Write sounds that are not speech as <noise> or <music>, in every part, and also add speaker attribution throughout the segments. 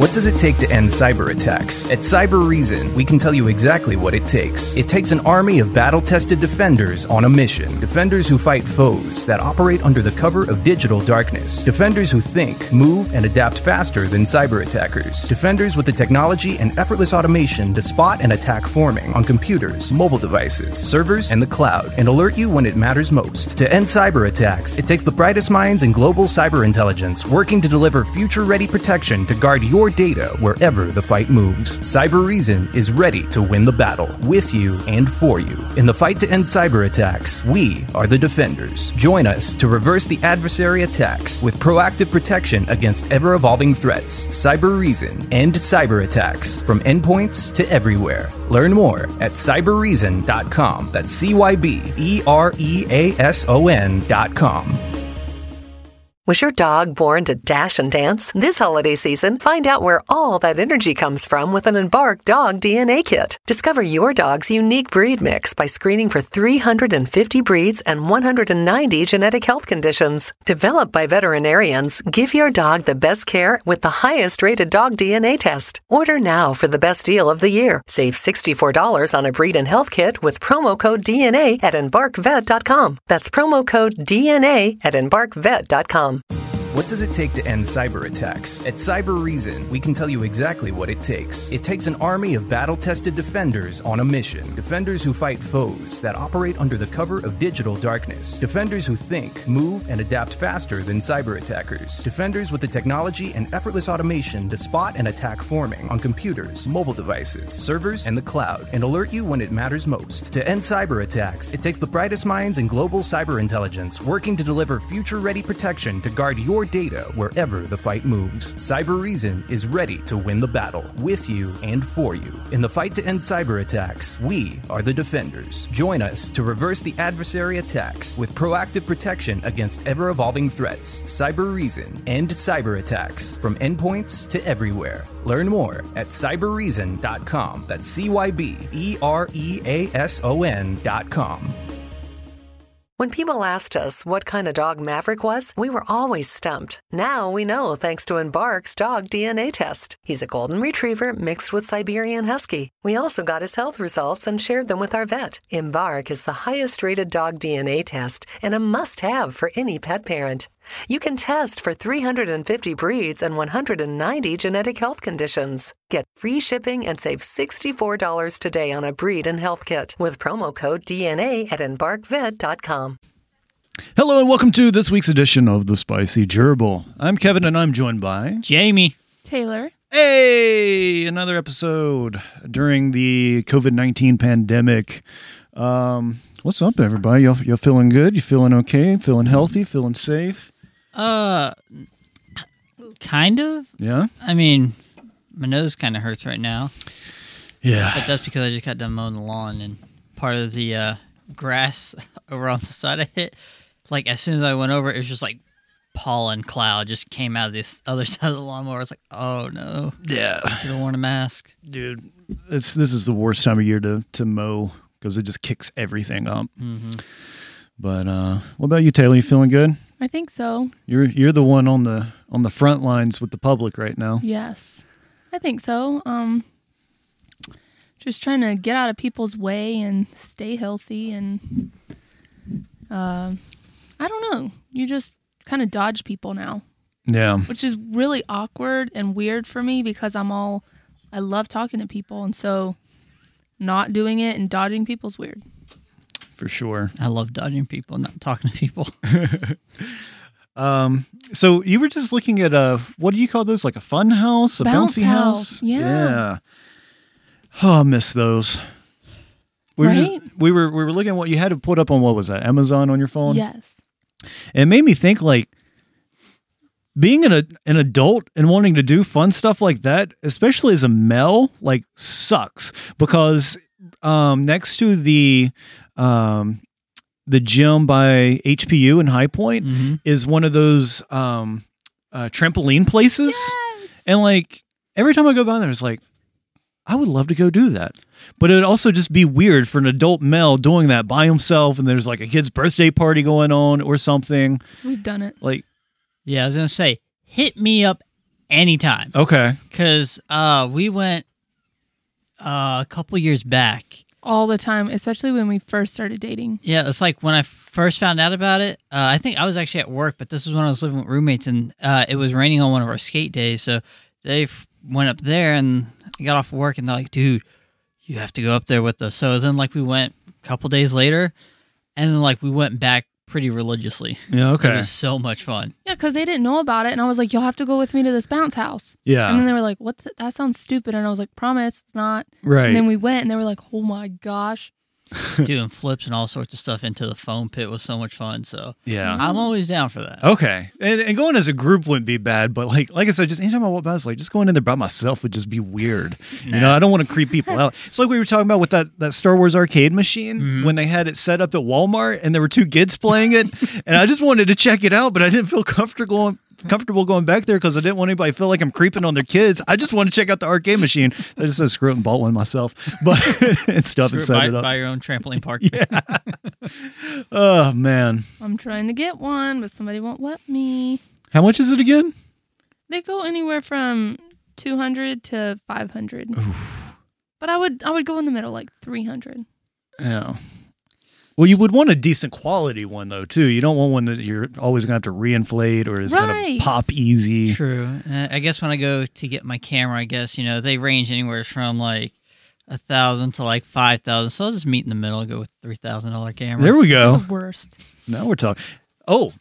Speaker 1: What does it take to end cyber attacks? At Cyber Reason, we can tell you exactly what it takes. It takes an army of battle tested defenders on a mission. Defenders who fight foes that operate under the cover of digital darkness. Defenders who think, move, and adapt faster than cyber attackers. Defenders with the technology and effortless automation to spot and attack forming on computers, mobile devices, servers, and the cloud, and alert you when it matters most. To end cyber attacks, it takes the brightest minds in global cyber intelligence working to deliver future ready protection to guard your data wherever the fight moves. Cyber Reason is ready to win the battle with you and for you. In the fight to end cyber attacks, we are the defenders. Join us to reverse the adversary attacks with proactive protection against ever evolving threats. Cyber Reason end cyber attacks from endpoints to everywhere. Learn more at cyberreason.com. That's C Y B E R E A S O N.com.
Speaker 2: Was your dog born to dash and dance? This holiday season, find out where all that energy comes from with an Embark Dog DNA Kit. Discover your dog's unique breed mix by screening for 350 breeds and 190 genetic health conditions. Developed by veterinarians, give your dog the best care with the highest rated dog DNA test. Order now for the best deal of the year. Save $64 on a breed and health kit with promo code DNA at embarkvet.com. That's promo code DNA at embarkvet.com.
Speaker 1: What does it take to end cyber attacks? At Cyber Reason, we can tell you exactly what it takes. It takes an army of battle tested defenders on a mission. Defenders who fight foes that operate under the cover of digital darkness. Defenders who think, move, and adapt faster than cyber attackers. Defenders with the technology and effortless automation to spot and attack forming on computers, mobile devices, servers, and the cloud, and alert you when it matters most. To end cyber attacks, it takes the brightest minds in global cyber intelligence working to deliver future ready protection to guard your your data wherever the fight moves. Cyber Reason is ready to win the battle with you and for you. In the fight to end cyber attacks, we are the defenders. Join us to reverse the adversary attacks with proactive protection against ever evolving threats. Cyber Reason end cyber attacks from endpoints to everywhere. Learn more at cyberreason.com. That's C Y B E R E A S O N.com.
Speaker 2: When people asked us what kind of dog Maverick was, we were always stumped. Now we know thanks to Embark's dog DNA test. He's a golden retriever mixed with Siberian Husky. We also got his health results and shared them with our vet. Embark is the highest rated dog DNA test and a must have for any pet parent. You can test for 350 breeds and 190 genetic health conditions. Get free shipping and save $64 today on a breed and health kit with promo code DNA at embarkvet.com.
Speaker 3: Hello and welcome to this week's edition of The Spicy Gerbil. I'm Kevin and I'm joined by.
Speaker 4: Jamie.
Speaker 5: Taylor.
Speaker 3: Hey! Another episode during the COVID 19 pandemic. Um, what's up, everybody? Y'all, y'all feeling good? You feeling okay? Feeling healthy? Feeling safe?
Speaker 4: Uh, kind of.
Speaker 3: Yeah?
Speaker 4: I mean, my nose kind of hurts right now,
Speaker 3: Yeah.
Speaker 4: but that's because I just got done mowing the lawn and part of the uh, grass <laughs> over on the side I hit. Like as soon as I went over, it was just like pollen cloud just came out of this <laughs> other side of the lawnmower. It's like, oh no,
Speaker 3: Yeah.
Speaker 4: should have worn a mask.
Speaker 3: Dude, it's, this is the worst time of year to, to mow because it just kicks everything up. Mm-hmm. But uh, what about you, Taylor? You feeling good?
Speaker 5: I think so.
Speaker 3: You're you're the one on the on the front lines with the public right now.
Speaker 5: Yes. I think so. Um just trying to get out of people's way and stay healthy and um I don't know. You just kind of dodge people now,
Speaker 3: Yeah.
Speaker 5: which is really awkward and weird for me because I'm all I love talking to people and so not doing it and dodging people's weird.
Speaker 3: for sure.
Speaker 4: I love dodging people, not talking to people. <laughs>
Speaker 3: So you were just looking at a what do you call those? Like a fun house, a
Speaker 5: Bounce
Speaker 3: bouncy
Speaker 5: house,
Speaker 3: house.
Speaker 5: yeah.
Speaker 3: yeah. Oh, I miss those. We were, just-
Speaker 5: Right?
Speaker 3: we were we were looking at what you had to put up on what was that Amazon on your phone.
Speaker 5: Yes.
Speaker 3: And it made me think like being an a- an adult and wanting to do fun stuff like that, especially as a male, like sucks because um, next to the um, the gym by HPU in High Point is one of those um, uh, trampoline places, and like every time I go by there, it's like I would love to go do that. But it would also just be weird for an adult male doing that by himself, and there's like a kid's birthday party going on or something.
Speaker 5: We've done it.
Speaker 3: Like,
Speaker 4: yeah, I was gonna say, hit me up anytime.
Speaker 3: Okay.
Speaker 4: Because uh, we went uh, a couple years back.
Speaker 5: all the time, especially when we first started dating.
Speaker 4: Yeah, it's like when I first found out about it. Uh, I think I was actually at work, but this was when I was living with roommates, and uh, it was raining on one of our skate days. So they f- went up there, and I got off work, and they're like, "Dude, you have to go up there with us." So then, like, we went a couple days later, and then like we went back pretty religiously.
Speaker 3: Yeah.
Speaker 4: It
Speaker 3: Okay.
Speaker 4: was so
Speaker 3: <laughs>
Speaker 4: much fun.
Speaker 5: Yeah, because they didn't know about it, and I was like, "You'll have to go with me to this bounce house."
Speaker 3: Yeah.
Speaker 5: And then they were like, "What? the- that sounds stupid." And I was like, "Promise, it's not."
Speaker 3: right.
Speaker 5: And then we went, and they were like, "Oh my gosh!"
Speaker 4: Doing flips and all sorts of stuff into the foam pit was so much fun. So
Speaker 3: yeah.
Speaker 4: I'm always down for that.
Speaker 3: Okay, and, and going as a group wouldn't be bad, but like like I said, just anytime I walk by, it's like just going in there by myself would just be weird. You know, I don't want to creep
Speaker 4: <laughs>
Speaker 3: people out. It's like we were talking about with that that Star Wars arcade machine
Speaker 4: Mm-hmm.
Speaker 3: when they had it set up at Walmart and there were two kids playing it, and I just wanted to check it out, but I didn't feel comfortable comfortable going back there because I didn't want anybody to feel like I'm creeping on their kids. I just want to check out the arcade machine. I just said screw it and bought one myself, <laughs> but and stuff and
Speaker 4: Screw
Speaker 3: set
Speaker 4: it, buy,
Speaker 3: it up.
Speaker 4: buy your own trampoline
Speaker 3: <laughs>
Speaker 4: park.
Speaker 3: Oh man,
Speaker 5: I'm trying to get one, but somebody won't let me.
Speaker 3: how much is it again?
Speaker 5: They go anywhere from 200 to 500. But I would I would go in the middle, like 300.
Speaker 3: Yeah. Well, you would want a decent quality one though, too. You don't want one that you're always gonna have to reinflate or is gonna
Speaker 5: Right.
Speaker 3: pop easy.
Speaker 4: True. Uh, I guess when I go to get my camera, I guess you know they range anywhere from like a thousand to like five thousand. So I'll just meet in the middle. Go with three thousand dollar camera.
Speaker 3: There we go.
Speaker 5: The worst.
Speaker 3: Now we're talking. Oh,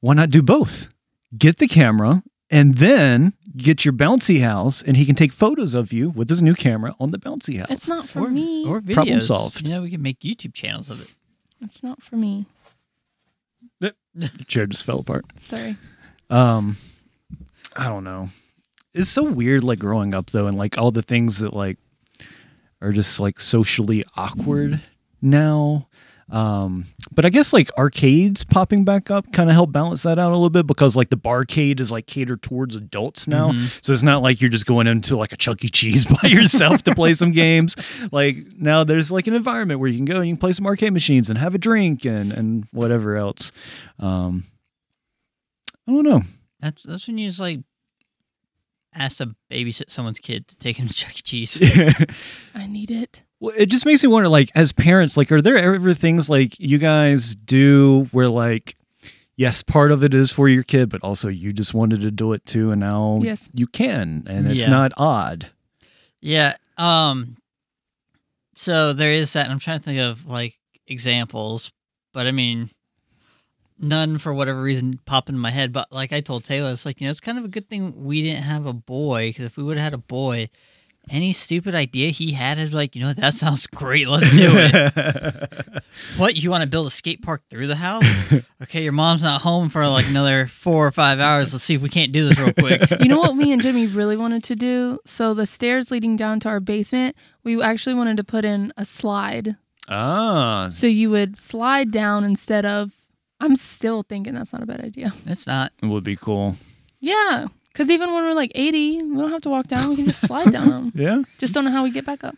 Speaker 3: why not do both? Get the camera and then get your bouncy house, and he can take photos of you with his new camera on the bouncy house.
Speaker 5: It's not for
Speaker 4: or,
Speaker 5: me.
Speaker 4: or videos.
Speaker 3: Problem solved.
Speaker 4: You know we can make YouTube channels of it.
Speaker 5: it's not for me.
Speaker 3: The chair just fell apart.
Speaker 5: Sorry.
Speaker 3: Um, I don't know. It's so weird, like growing up though, and like all the things that like are just like socially awkward now. Um, but I guess like arcades popping back up kind of help balance that out a little bit because like the barcade is like catered towards adults now, so it's not like you're just going into like a Chuck E. Cheese <laughs> by yourself to play some games. Like now there's like an environment where you can go and you can play some arcade machines and have a drink and and whatever else. Um, I don't know.
Speaker 4: That's that's when you just like ask to babysit someone's kid to take him to Chuck E. Cheese.
Speaker 5: I need it.
Speaker 3: Well, it just makes me wonder, like, as parents, like, are there ever things like you guys do where, like, yes, part of it is for your kid, but also you just wanted to do it too, and now
Speaker 5: Yes.
Speaker 3: you can, and it's
Speaker 4: Yeah.
Speaker 3: not odd.
Speaker 4: Yeah. Um so there is that and I'm trying to think of like examples, but I mean none for whatever reason pop into my head, but like I told Taylor it's like, you know, it's kind of a good thing we didn't have a boy cuz if we would have had a boy, any stupid idea he had is like, you know, that sounds great. Let's do it. what you want to build a skate park through the house? Okay, your mom's not home for like another 4 or 5 hours. Let's see if we can't do this real
Speaker 5: <laughs>
Speaker 4: quick.
Speaker 5: You know what me and Jimmy really wanted to do? So the stairs leading down to our basement, we actually wanted to put in a slide.
Speaker 3: Ah,
Speaker 5: So you would slide down instead of I'm still thinking that's not a bad idea.
Speaker 4: It's not
Speaker 3: it would be cool.
Speaker 5: Yeah. Cause even when we're like 80, we don't have to walk down. We can just slide down them.
Speaker 3: Yeah.
Speaker 5: Just don't know how we get back up.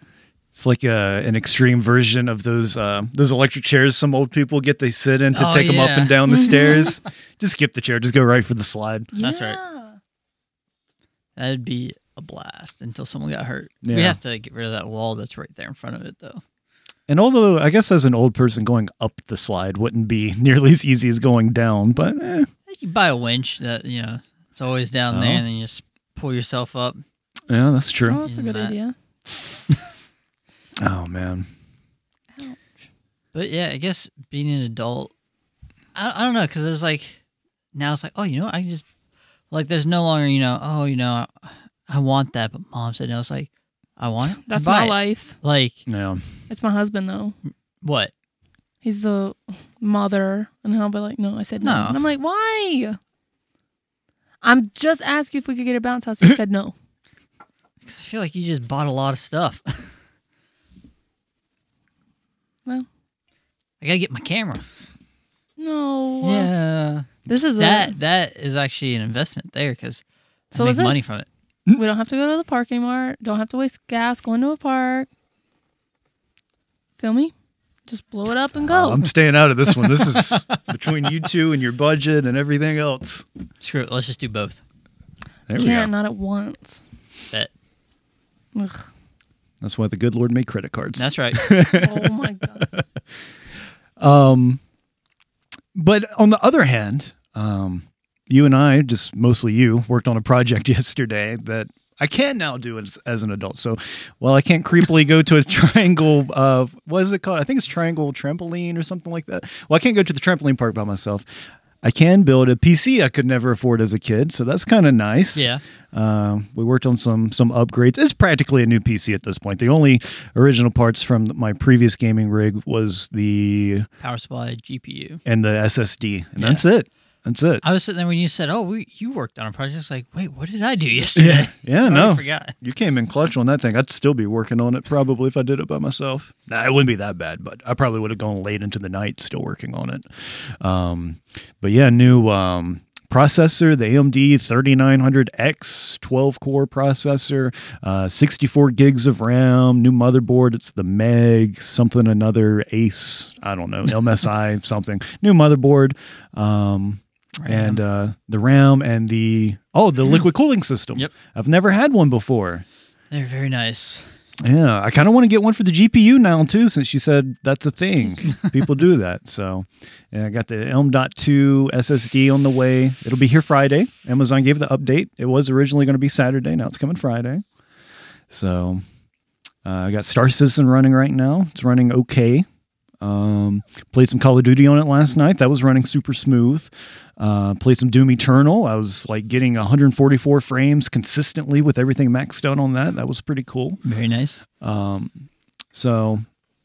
Speaker 3: It's like a, an extreme version of those uh, those electric chairs some old people get they sit in to
Speaker 4: Oh,
Speaker 3: take them up
Speaker 4: yeah.
Speaker 3: and <laughs> down the stairs. Just skip the chair, just go right for the slide.
Speaker 4: That's right.
Speaker 5: Yeah.
Speaker 4: That'd be a blast until someone got hurt.
Speaker 3: Yeah.
Speaker 4: We'd have to get rid of that wall that's right there in front of it, though.
Speaker 3: And also, I guess as an old person, going up the slide wouldn't be <laughs> nearly as easy as going down, but eh,
Speaker 4: You buy a winch that, you know, it's always down there, and then you just pull yourself up.
Speaker 3: yeah, that's true.
Speaker 5: Oh, that's a good
Speaker 4: That-
Speaker 5: idea.
Speaker 3: Oh, man.
Speaker 4: But yeah, I guess being an adult, I, I don't know, because it's like, now it's like, oh, you know, what? I can just, like, there's no longer, you know, oh, you know, I, I want that, but mom said no. It's like, I want it.
Speaker 5: <laughs> That's
Speaker 4: buy
Speaker 5: my
Speaker 4: it.
Speaker 5: life.
Speaker 4: Like,
Speaker 3: Yeah.
Speaker 5: It's my husband though.
Speaker 4: what?
Speaker 5: He's the mother, and he'll be like, "No, I said no."
Speaker 4: No.
Speaker 5: And I'm like, "Why?" I'm just asking if we could get a bounce house. He said no.
Speaker 4: 'Cause I feel like you just bought a lot of stuff. <laughs>
Speaker 5: Well,
Speaker 4: I got to get my camera.
Speaker 5: no. uh,
Speaker 4: Yeah.
Speaker 5: This is it.
Speaker 4: That, that is actually an investment there because I
Speaker 5: So
Speaker 4: make
Speaker 5: is this.
Speaker 4: money from it.
Speaker 5: We don't have to go to the park anymore. Don't have to waste gas going to a park. Feel me? Just blow it up and go.
Speaker 3: Oh. I'm staying out of this one. This <laughs> is between you two and your budget and everything else.
Speaker 4: Screw it. Let's just do both.
Speaker 3: There we go.
Speaker 5: Can't not at once. <laughs>
Speaker 4: That,
Speaker 5: Ugh.
Speaker 3: <laughs> That's why the good Lord made credit cards.
Speaker 4: that's right.
Speaker 5: Oh my god.
Speaker 3: But on the other hand, um, you and I, just mostly you, worked on a project <laughs> yesterday that I can now do as, as an adult. So while I can't creepily go to a <laughs> triangle, uh, what is it called? I think it's triangle trampoline or something like that. Well, I can't go to the trampoline park by myself. I can build a PC I could never afford as a kid, so that's kind of nice.
Speaker 4: Yeah.
Speaker 3: Um, we worked on some some upgrades. It's practically a new PC at this point. The only original parts from my previous gaming rig was the
Speaker 4: Power supply, GPU.
Speaker 3: and the SSD, and that's it. That's it.
Speaker 4: I was sitting there when you said, "Oh, we, you worked on a project." It's like, wait, what did I do yesterday?
Speaker 3: Yeah,
Speaker 4: I
Speaker 3: no,
Speaker 4: forgot.
Speaker 3: you came in clutch on that thing. I'd still be working on it probably if I did it by myself. Nah, it wouldn't be that bad, but I probably would have gone late into the night still working on it. Um, but yeah, new um, processor, the AMD 3900X 12 core processor, uh, 64 gigs of RAM, new motherboard. It's the Meg something another Ace. I don't
Speaker 4: <laughs>
Speaker 3: know MSI something. New motherboard. Um, and uh, the RAM and the oh the liquid cooling system.
Speaker 4: Yep.
Speaker 3: I've never had one before.
Speaker 4: <laughs> They're very nice.
Speaker 3: Yeah, I kind of want to get one for the GPU now too, since you said that's a thing. People do that. So, and I got the Elm.2 SSD on the way. It'll be here Friday. Amazon gave the update. It was originally going to be Saturday. Now it's coming Friday. So, uh, I got Star Citizen running right now. It's running okay. Um, played some Call of Duty on it last night. That was running super smooth. Uh, played some Doom Eternal. I was like getting 144 frames consistently with everything maxed out on that. That was pretty cool.
Speaker 4: Very nice.
Speaker 3: So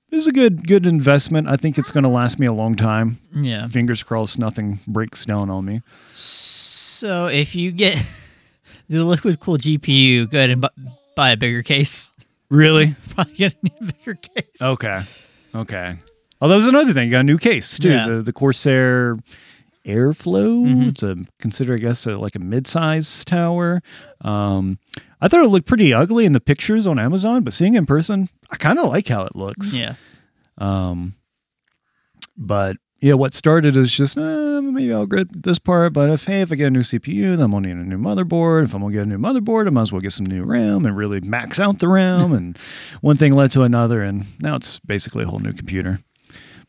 Speaker 3: this is a good good investment. I think it's going to last me a long time.
Speaker 4: Yeah.
Speaker 3: Fingers crossed, nothing breaks down on me.
Speaker 4: So if you get <laughs> the liquid cool GPU, go ahead and bu- buy a bigger case. <laughs>
Speaker 3: Really?
Speaker 4: Probably gonna need a bigger case.
Speaker 5: Oh.
Speaker 3: Okay. Okay. Oh, that was another thing. You got a new case too.
Speaker 4: Yeah.
Speaker 3: The the Corsair Airflow. It's a consider, I guess, a, like a mid-sized tower. Um, I thought it looked pretty ugly in the pictures on Amazon, but seeing it in person, I kind of like how it looks.
Speaker 4: Yeah.
Speaker 3: But yeah, what started is just uh, maybe I'll get this part. But if hey, if I get a new CPU, then I'm gonna need a new motherboard. If I'm gonna get a new motherboard, I might as well get some new RAM and really max out the RAM. and <laughs> one thing led to another, and now it's basically a whole new computer.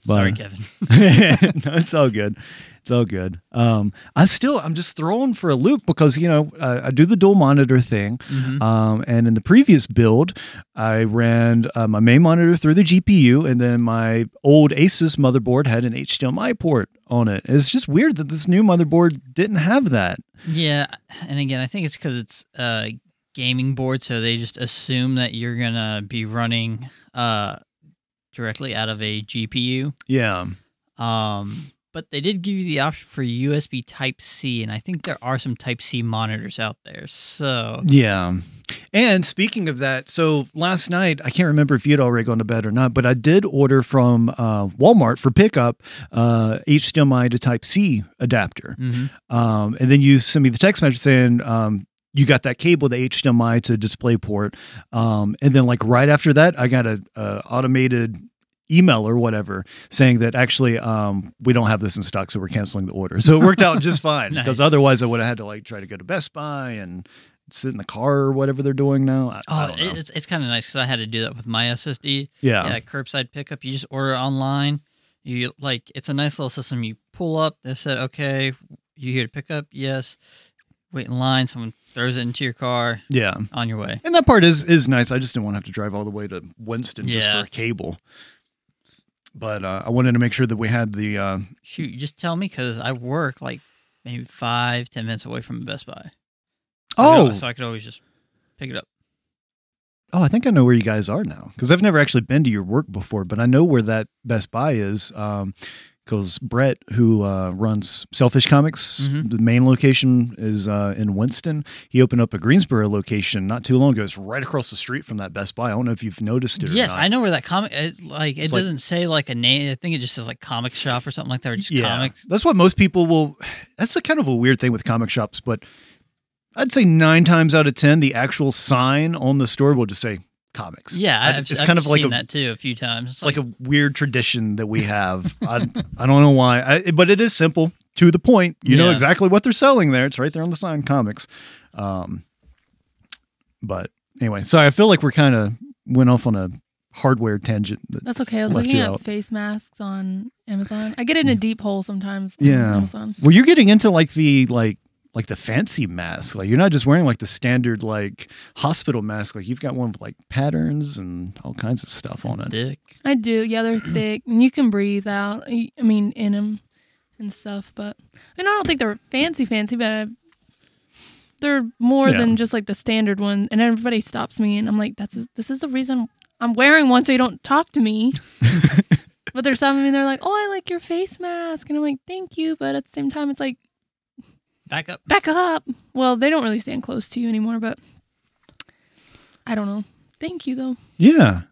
Speaker 3: But-
Speaker 4: Sorry, Kevin.
Speaker 3: <laughs> no, it's all good. It's all good. Um, I still, I'm just thrown for a loop because you know I, I do the dual monitor thing, um, and in the previous build, I ran uh, my main monitor through the GPU, and then my old Asus motherboard had an HDMI port on it. It's just weird that this new motherboard didn't have that.
Speaker 4: Yeah, and again, I think it's because it's a gaming board, so they just assume that you're gonna be running uh, directly out of a GPU.
Speaker 3: Yeah,
Speaker 4: Um, but they did give you the option for USB Type C, and I think there are some Type C monitors out there. So
Speaker 3: Yeah. And speaking of that, so last night, I can't remember if you had already gone to bed or not, but I did order from uh, Walmart for pickup uh, HDMI to Type C adapter. Um, and then you sent me the text message saying, um, you got that cable, the HDMI to DisplayPort, um, and then like right after that, I got a, a automated email or whatever saying that actually um, we don't have this in stock, so we're canceling the order. So it worked out
Speaker 4: <laughs>
Speaker 3: just fine because
Speaker 4: Nice.
Speaker 3: otherwise I would have had to like try to go to Best Buy and sit in the car or whatever they're doing now. I, I
Speaker 4: oh,
Speaker 3: don't know.
Speaker 4: it, it's it's kind of nice because I had to do that with my SSD.
Speaker 3: Yeah.
Speaker 4: yeah, curbside pickup. You just order online. You like it's a nice little system. You pull up. They said, okay, you here to pick up? Yes. Wait in line. Someone throws it into your car.
Speaker 3: yeah.
Speaker 4: on your way.
Speaker 3: And that part is is nice. I just didn't want to have to drive all the way to Winston just for
Speaker 4: Yeah.
Speaker 3: a cable. But uh, I wanted to make sure that we had the uh,
Speaker 4: Shoot, you just tell me because I work like maybe five, ten minutes away from Best Buy.
Speaker 3: oh
Speaker 4: so I could always just pick it up.
Speaker 3: Oh, I think I know where you guys are now because I've never actually been to your work before, but I know where that Best Buy is. Um, because Brett, who uh, runs Selfish Comics,
Speaker 4: Mhm.
Speaker 3: the main location is uh, in Winston. He opened up a Greensboro location not too long ago. It's right across the street from that Best Buy. I don't know if you've noticed it.
Speaker 4: yes,
Speaker 3: or
Speaker 4: I know where that comic. It, like, it
Speaker 3: It's like-
Speaker 4: doesn't say like a name. I think it just says like comic shop or something like that, or just comics.
Speaker 3: That's what most people will. That's a kind of a weird thing with comic shops, but I'd say nine times out of ten, the actual sign on the store will just say comics.
Speaker 4: Yeah,
Speaker 3: I-
Speaker 4: I've,
Speaker 3: it's
Speaker 4: it's
Speaker 3: kind of like
Speaker 4: seen
Speaker 3: a
Speaker 4: that too a few times. It's
Speaker 3: It's like a weird tradition that we have. I, I don't know why, I, but it is simple to the point. You know
Speaker 4: Yeah.
Speaker 3: exactly what they're selling there. It's right there on the sign, comics. Um, But anyway, sorry. I feel like we're kind of went off on a hardware tangent. That,
Speaker 5: That's okay. I was
Speaker 3: Left
Speaker 5: looking
Speaker 3: you
Speaker 5: at
Speaker 3: out.
Speaker 5: face masks on Amazon. I get in a deep hole sometimes. on
Speaker 3: Yeah.
Speaker 5: Amazon.
Speaker 3: well, you're getting into like the like like the fancy mask. Like you're not just wearing like the standard like hospital mask. Like you've got one with like patterns and all kinds of stuff on it.
Speaker 4: Dick.
Speaker 5: I do. Yeah, they're thick, and you can breathe out. I I mean, in them and stuff. But I mean, I don't think they're fancy, fancy, but I, they're more
Speaker 3: Yeah.
Speaker 5: than just like the standard one. And everybody stops me, and I'm like, "That's this is the reason I'm wearing one, so you don't talk to me." but they're stopping me. And they're like, "Oh, I like your face mask," and I'm like, "Thank you," but at the same time, it's like,
Speaker 4: Back up.
Speaker 5: "Back up." Well, they don't really stand close to you anymore, but I don't know. Thank you though.
Speaker 3: Yeah.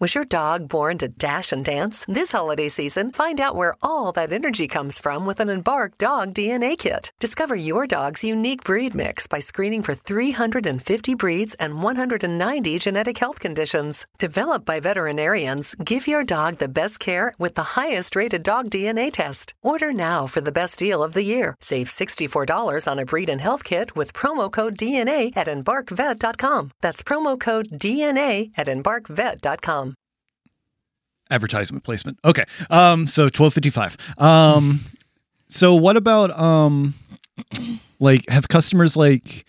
Speaker 2: Was your dog born to dash and dance? This holiday season, find out where all that energy comes from with an Embark Dog DNA Kit. Discover your dog's unique breed mix by screening for 350 breeds and 190 genetic health conditions. Developed by veterinarians, give your dog the best care with the highest rated dog DNA test. Order now for the best deal of the year. Save $64 on a breed and health kit with promo code DNA at embarkvet.com. That's promo code DNA at embarkvet.com.
Speaker 3: advertisement placement. Okay. Um so 1255. Um so what about um like have customers like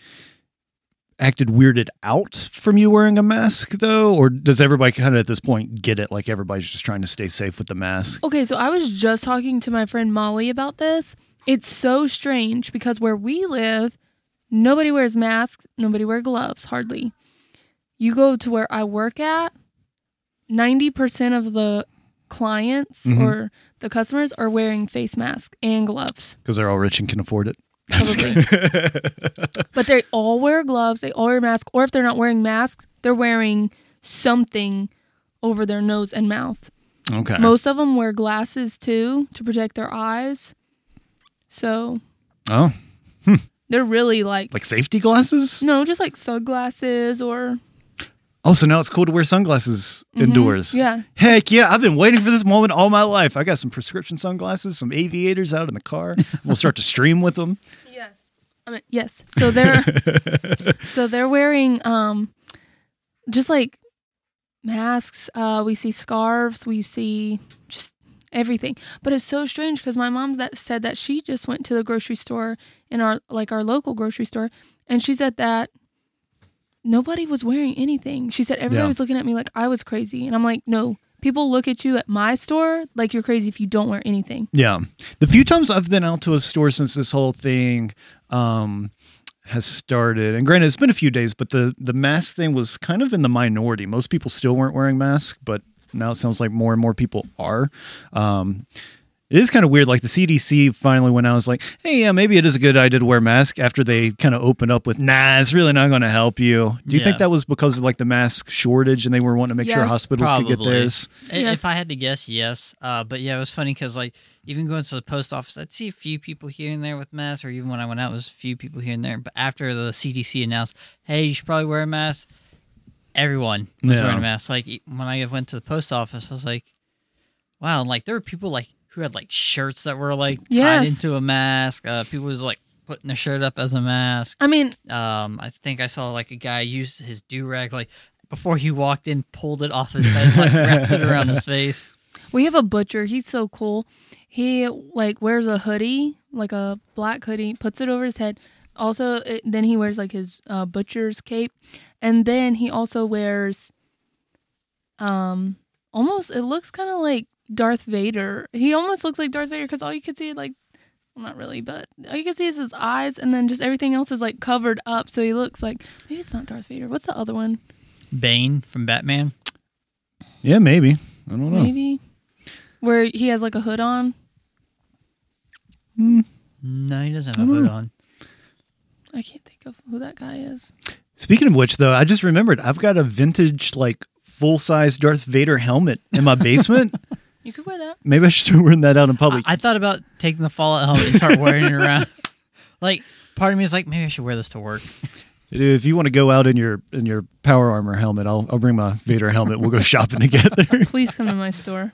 Speaker 3: acted weirded out from you wearing a mask though or does everybody kind of at this point get it like everybody's just trying to stay safe with the mask?
Speaker 5: Okay, so I was just talking to my friend Molly about this. It's so strange because where we live, nobody wears masks, nobody wear gloves, hardly. You go to where I work at, 90% of the clients or the customers are wearing face masks and gloves.
Speaker 3: Cuz they're all rich and can afford it.
Speaker 5: Probably. but they all wear gloves, they all wear masks, or if they're not wearing masks, they're wearing something over their nose and mouth.
Speaker 3: Okay.
Speaker 5: Most of them wear glasses too to protect their eyes. So
Speaker 3: oh,
Speaker 5: they're really like,
Speaker 3: like safety glasses?
Speaker 5: no, just like sunglasses or
Speaker 3: Oh, so now it's cool to wear sunglasses indoors.
Speaker 5: Mm-hmm. yeah.
Speaker 3: Heck yeah, I've been waiting for this moment all my life. I got some prescription sunglasses, some aviators out in the car. We'll start to stream with them.
Speaker 5: Yes. I mean, yes. So they're so they're wearing um just like masks. Uh we see scarves, we see just everything. But it's so strange cuz my mom that said that she just went to the grocery store in our like our local grocery store and she said that nobody was wearing anything. She said everybody
Speaker 3: Yeah.
Speaker 5: was looking at me like I was crazy and I'm like, "No. People look at you at my store like you're crazy if you don't wear anything."
Speaker 3: Yeah. The few times I've been out to a store since this whole thing um, has started, and granted, it's been a few days, but the, the mask thing was kind of in the minority. Most people still weren't wearing masks, but now it sounds like more and more people are. Um, it is kind of weird. Like the CDC finally went out and was like, hey, yeah, maybe it is a good idea to wear a mask after they kind of opened up with, nah, it's really not going to help you. Do you think
Speaker 4: Yeah.
Speaker 3: that was because of like the mask shortage and they were wanting to make sure
Speaker 5: Yes,
Speaker 3: hospitals could get
Speaker 4: Probably.
Speaker 3: theirs?
Speaker 4: I-
Speaker 5: Yes.
Speaker 4: If I had to guess, yes. Uh, but yeah, it was funny because like even going to the post office, I'd see a few people here and there with masks, or even when I went out, it was a few people here and there. But after the CDC announced, "Hey, you should probably wear a mask," everyone was
Speaker 3: Yeah.
Speaker 4: wearing a mask. Like e- when I went to the post office, I was like, "Wow!" And like there were people like who had like shirts that were like
Speaker 5: Yes.
Speaker 4: tied into a mask. Uh, people was like putting their shirt up as a mask.
Speaker 5: I mean,
Speaker 4: Um, I think I saw like a guy use his do rag like before he walked in, pulled it off his head, like wrapped it around his face.
Speaker 5: We have a butcher. He's so cool. He like wears a hoodie, like a black hoodie, puts it over his head. Also, it, then he wears like his uh, butcher's cape, and then he also wears, um, almost it looks kind of like Darth Vader. He almost looks like Darth Vader because all you could see like, well, not really, but all you could see is his eyes, and then just everything else is like covered up. So he looks like maybe it's not Darth Vader. What's the other one?
Speaker 4: Bane from Batman.
Speaker 3: Yeah, maybe. I don't know.
Speaker 5: Maybe where he has like a hood on.
Speaker 4: No, he doesn't have a hood on.
Speaker 5: I can't think of who that guy is.
Speaker 3: Speaking of which, though, I just remembered I've got a vintage, like full size Darth Vader helmet in my <laughs> basement.
Speaker 5: You could wear that.
Speaker 3: Maybe I should start wearing that out in
Speaker 4: I,
Speaker 3: public.
Speaker 4: I thought about taking the Fallout helmet and start wearing it around. <laughs> Like, part of me is like, maybe I should wear this to work.
Speaker 3: Dude, if you want to go out in your in your power armor helmet, I'll I'll bring my Vader helmet. <laughs> We'll go shopping together.
Speaker 5: <laughs> Please come to my store.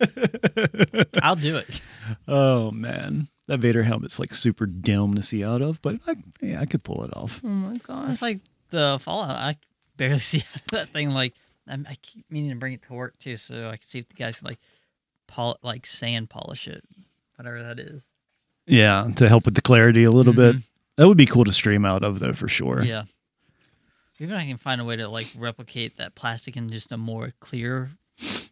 Speaker 4: I'll do it. <laughs>
Speaker 3: oh man, That Vader helmet's like super dim to see out of, but I, yeah, I could pull it off.
Speaker 5: Oh my gosh.
Speaker 4: It's like the Fallout. I barely see <laughs> out of that thing. Like I'm, I keep meaning to bring it to work too, so I can see if the guys can like pol- like sand polish it, whatever that is.
Speaker 3: Yeah, to help with the clarity a little bit. That would be cool to stream out of though for sure.
Speaker 4: Yeah. Maybe I can find a way to like replicate that plastic in just a more clear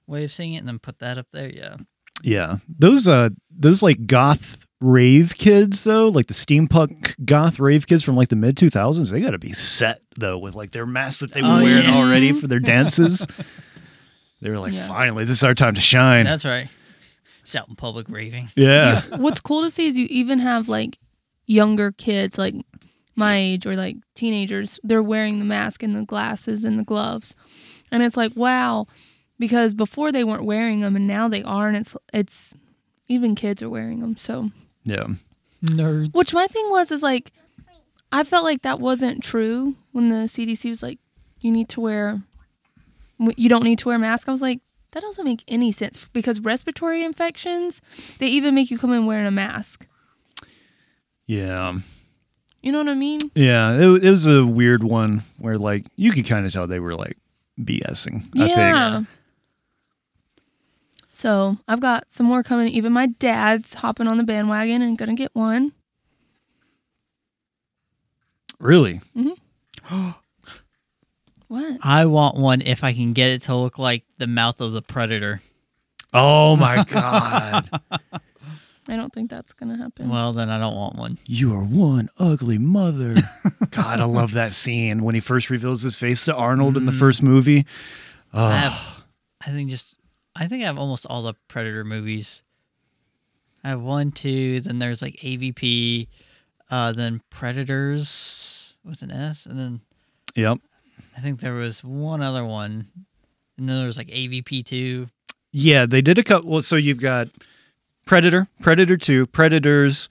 Speaker 4: way of seeing it, and then put that up there. Yeah.
Speaker 3: Yeah. Those uh those like goth rave kids though, like the steampunk goth rave kids from like the mid 2000s, they got to be set though with like their masks that they were
Speaker 4: Oh,
Speaker 3: wearing
Speaker 4: yeah.
Speaker 3: already for
Speaker 4: <laughs>
Speaker 3: their dances. they were like,
Speaker 5: Yeah.
Speaker 3: "Finally, this is our time to shine."
Speaker 4: That's right. It's out in public raving.
Speaker 3: yeah.
Speaker 5: What's cool to see is you even have like younger kids, like my age or like teenagers, they're wearing the mask and the glasses and the gloves. And it's like, wow, because before they weren't wearing them and now they are. And it's, it's, even kids are wearing them. So,
Speaker 3: Yeah.
Speaker 4: Nerds.
Speaker 5: which my thing was, is like, I felt like that wasn't true when the CDC was like, you need to wear, you don't need to wear a mask. I was like, that doesn't make any sense because respiratory infections, they even make you come in wearing a mask.
Speaker 3: Yeah.
Speaker 5: You know what I mean?
Speaker 3: Yeah, it, wa- it was a weird one where like you could kind of tell they were like BSing. I think.
Speaker 5: So I've got some more coming. Even my dad's hopping on the bandwagon and gonna get one.
Speaker 3: Really?
Speaker 5: What?
Speaker 4: I want one if I can get it to look like the mouth of the predator.
Speaker 3: Oh
Speaker 4: <laughs>
Speaker 3: my god!
Speaker 5: I don't think that's gonna happen.
Speaker 4: Well, then I don't want one.
Speaker 3: you are one ugly mother. <laughs> God, I love that scene when he first reveals his face to Arnold in the first movie.
Speaker 4: I have, I think just, I think I have almost all the predator movies. I have one, two. Then there's like AVP, uh, then Predators with an S, and then
Speaker 3: Yep.
Speaker 4: I think there was one other one, and then there was like AVP two.
Speaker 3: Yeah, they did a couple. Well, so you've got Predator, Predator Two, Predators.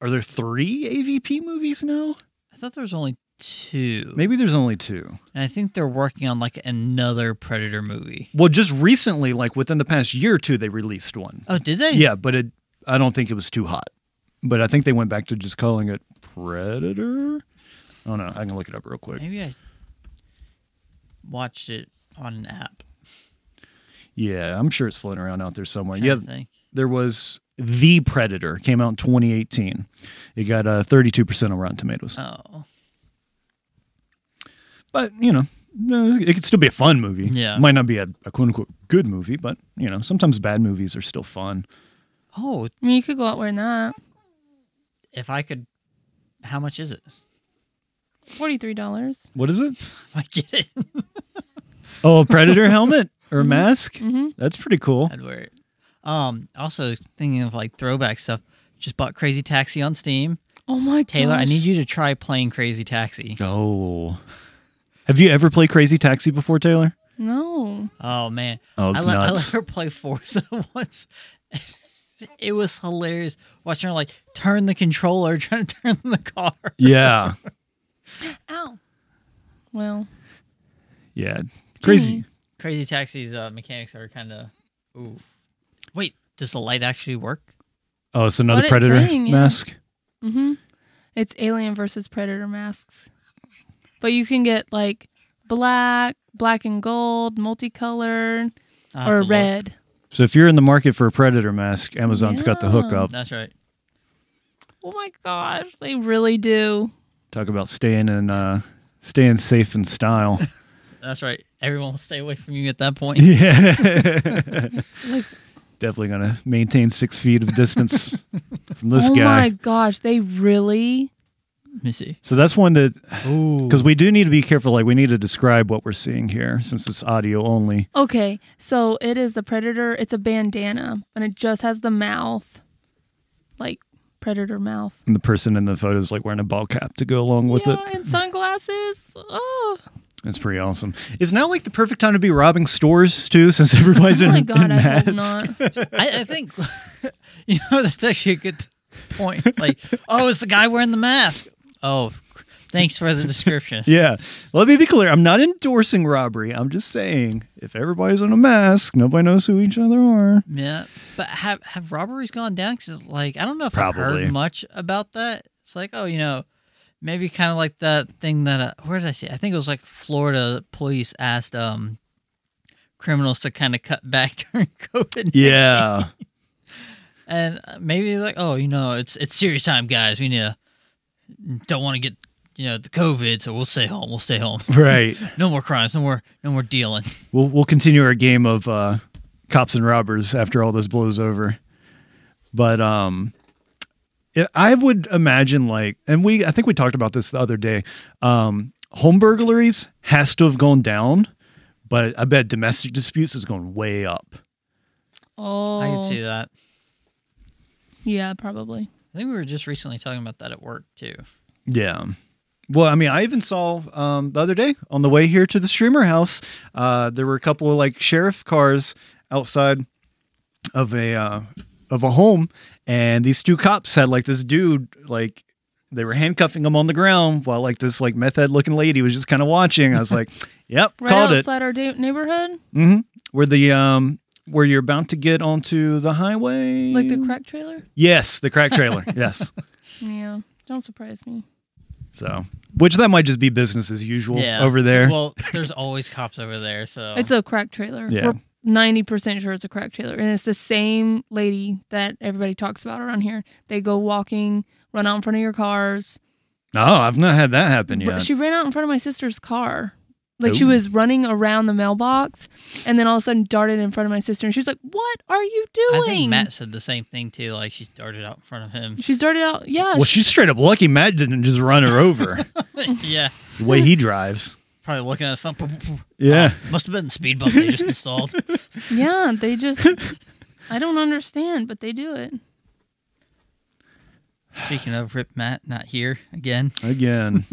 Speaker 3: Are there three AVP movies now?
Speaker 4: I thought there was only two,
Speaker 3: Maybe there's only two.
Speaker 4: and I think they're working on like another Predator movie.
Speaker 3: Well, just recently, like within the past year or two, they released one.
Speaker 4: Oh, did they?
Speaker 3: Yeah, but it I don't think it was too hot. But I think they went back to just calling it Predator. I don't know. I can look it up real quick.
Speaker 4: Maybe I watched it on an app.
Speaker 3: Yeah, I'm sure it's floating around out there somewhere.
Speaker 4: trying to
Speaker 3: Uh, Yeah,
Speaker 4: think.
Speaker 3: there was The Predator came out in 2018. It got uh, 32% on Rotten Tomatoes.
Speaker 5: Uh.
Speaker 4: Oh,
Speaker 3: But, you know, no, it could still be a fun movie.
Speaker 4: Yeah.
Speaker 3: Might not be a, a quote unquote good movie, but, you know, sometimes bad movies are still fun.
Speaker 4: oh,
Speaker 5: I mean, you could go out wearing that.
Speaker 4: if I could, how much is it? <laughs>
Speaker 5: Forty-three dollars.
Speaker 3: What is it?
Speaker 4: I get it. <laughs>
Speaker 3: Oh, a <laughs> Predator helmet or
Speaker 5: Mm-hmm.
Speaker 3: mask? That's pretty cool.
Speaker 4: I'd wear it. Um, also thinking of like throwback stuff. Just bought Crazy Taxi on Steam.
Speaker 5: Oh my
Speaker 4: Taylor, I
Speaker 5: gosh.
Speaker 4: need you to try playing Crazy Taxi.
Speaker 3: Oh. Have you ever played Crazy Taxi before, Taylor?
Speaker 5: No.
Speaker 4: Oh man,
Speaker 3: Oh, it's
Speaker 4: I, let, I let
Speaker 3: nuts.
Speaker 4: her play Forza <laughs> once. it was hilarious watching her like turn the controller, <laughs> trying to turn the car.
Speaker 3: Yeah.
Speaker 5: Ow. Well,
Speaker 3: <laughs> Yeah. Crazy.
Speaker 4: Crazy Taxi's uh, mechanics are kind of. Ooh, wait, does the light actually work?
Speaker 3: Oh, it's another
Speaker 5: What it's
Speaker 3: Predator
Speaker 5: saying, yeah.
Speaker 3: mask.
Speaker 5: it's Alien versus Predator masks, but you can get like black, black and gold, multicolored,
Speaker 4: I'll have
Speaker 5: or
Speaker 4: to look.
Speaker 5: red.
Speaker 3: So if you're in the market for a Predator mask, Amazon's got the hookup.
Speaker 4: That's right.
Speaker 5: Oh my gosh, they really do.
Speaker 3: Talk about staying in uh staying safe in
Speaker 5: <laughs>
Speaker 3: style.
Speaker 4: That's right. Everyone will stay away from you at that
Speaker 3: <laughs>
Speaker 4: point.
Speaker 3: yeah. Definitely gonna maintain six feet of distance from this
Speaker 5: oh
Speaker 3: guy.
Speaker 5: my gosh, they really.
Speaker 4: Let me see.
Speaker 3: So that's one that because we do need to be careful. Like we need to describe what we're seeing here since it's audio only.
Speaker 5: Okay, so it is the predator. It's a bandana, and it just has the mouth, like predator mouth.
Speaker 3: And the person in the photo is like wearing a ball cap to go along with it.
Speaker 5: yeah, and sunglasses.
Speaker 3: <laughs>
Speaker 5: Oh,
Speaker 3: That's pretty awesome. It's now like the perfect time to be robbing stores too, since everybody's
Speaker 5: oh
Speaker 3: in,
Speaker 5: my god,
Speaker 3: in
Speaker 5: I hope
Speaker 3: masks.
Speaker 5: not.
Speaker 4: I, I think <laughs> you know that's actually a good point. Like, oh, it's the guy wearing the mask. Oh, Thanks for the description.
Speaker 3: <laughs> Yeah. Let me be clear. I'm not endorsing robbery. I'm just saying if everybody's on a mask, nobody knows who each other are.
Speaker 4: Yeah, but have have robberies gone down? Because like I don't know if I've
Speaker 3: Probably.
Speaker 4: heard much about that. It's like oh, you know, maybe kind of like that thing that uh, where did I see? it? I think it was like Florida police asked um criminals to kind of cut back <laughs> during COVID.
Speaker 3: <laughs> Yeah.
Speaker 4: and uh, maybe like oh, you know, it's it's serious time, guys. We need to don't want to get you know the COVID, so we'll stay home. We'll stay home.
Speaker 3: <laughs> right.
Speaker 4: No more crimes. No more. No more dealing.
Speaker 3: We'll we'll continue our game of uh, cops and robbers after all this blows over. But um it- I would imagine like and we I think we talked about this the other day. Um home burglaries has to have gone down, but I bet domestic disputes has gone way up.
Speaker 5: Oh,
Speaker 4: I can see that.
Speaker 5: yeah, probably.
Speaker 4: I think we were just recently talking about that at work too.
Speaker 3: Yeah. Well, I mean, I even saw um, the other day on the way here to the streamer house, uh, there were a couple of like sheriff cars outside of a uh, of a home, and these two cops had like this dude like they were handcuffing him on the ground while like this like meth head looking lady was just kind of watching. I was like, <laughs> "Yep,
Speaker 5: Right
Speaker 3: called it."
Speaker 5: outside our da- neighborhood,
Speaker 3: hmm Where the um where you're about to get onto the highway,
Speaker 5: like the crack trailer.
Speaker 3: yes, the crack
Speaker 5: <laughs>
Speaker 3: trailer, yes.
Speaker 5: Yeah, don't surprise me.
Speaker 3: So, which that might just be business as usual
Speaker 4: Yeah.
Speaker 3: over there.
Speaker 4: Well, there's always cops over there, so
Speaker 5: It's a crack trailer.
Speaker 3: Oh. Yeah.
Speaker 5: We're ninety percent sure it's a crack trailer, and it's the same lady that everybody talks about around here. They go walking, run out in front of your cars.
Speaker 3: Oh, I've not had that happen
Speaker 5: Br-
Speaker 3: yet.
Speaker 5: She ran out in front of my sister's car. Like she
Speaker 3: Ooh.
Speaker 5: was running around the mailbox, and then all of a sudden darted in front of my sister, and she was like, "What are you
Speaker 4: I
Speaker 5: doing?"
Speaker 4: think Matt said the same thing too. Like she started out in front of him.
Speaker 5: She started out, yeah.
Speaker 3: well,
Speaker 5: she-
Speaker 3: she's straight up lucky Matt didn't just run her over
Speaker 4: yeah,
Speaker 3: <laughs> the way he drives.
Speaker 4: probably looking at his phone. Poof, poof, poof.
Speaker 3: Yeah.
Speaker 4: Must have been the speed bump they just installed.
Speaker 5: yeah,
Speaker 3: <laughs>
Speaker 5: they just, I don't understand, but they do it.
Speaker 4: Speaking of Rip Matt, not here again.
Speaker 3: Again.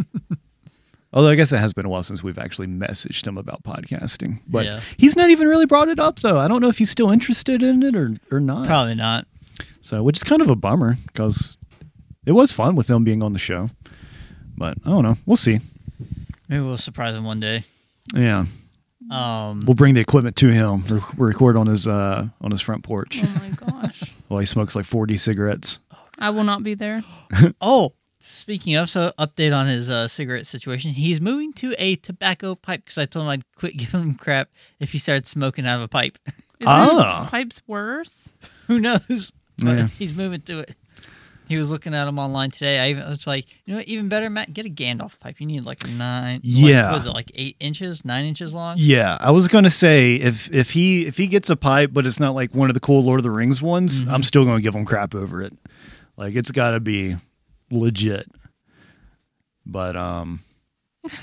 Speaker 3: <laughs> Although I guess it has been a while since we've actually messaged him about podcasting. But
Speaker 4: Yeah.
Speaker 3: he's not even really brought it up though. I don't know if he's still interested in it or, or not.
Speaker 4: Probably not.
Speaker 3: So which is kind of a bummer because it was fun with him being on the show. But I don't know. We'll see.
Speaker 4: Maybe we'll surprise him one day.
Speaker 3: Yeah.
Speaker 4: Um,
Speaker 3: We'll bring the equipment to him. We'll record on his uh on his front porch
Speaker 5: Oh my gosh,
Speaker 3: while he smokes like forty cigarettes.
Speaker 5: I will not be there.
Speaker 4: oh, speaking of, so update on his uh, cigarette situation. He's moving to a tobacco pipe because I told him I'd quit giving him crap if he started smoking out of a pipe. <laughs>
Speaker 5: Isn't
Speaker 3: Ah.
Speaker 5: pipes worse?
Speaker 4: Who knows? <laughs> But
Speaker 3: Yeah.
Speaker 4: he's moving to it. He was looking at him online today. I even I was like, you know what, even better, Matt, get a Gandalf pipe. You need like a nine. like,
Speaker 3: Yeah.
Speaker 4: what is it like eight inches, nine inches long?
Speaker 3: Yeah, I was gonna say if if he if he gets a pipe, but it's not like one of the cool Lord of the Rings ones, I'm still gonna give him crap over it. Like it's got to be legit. But um, <sighs>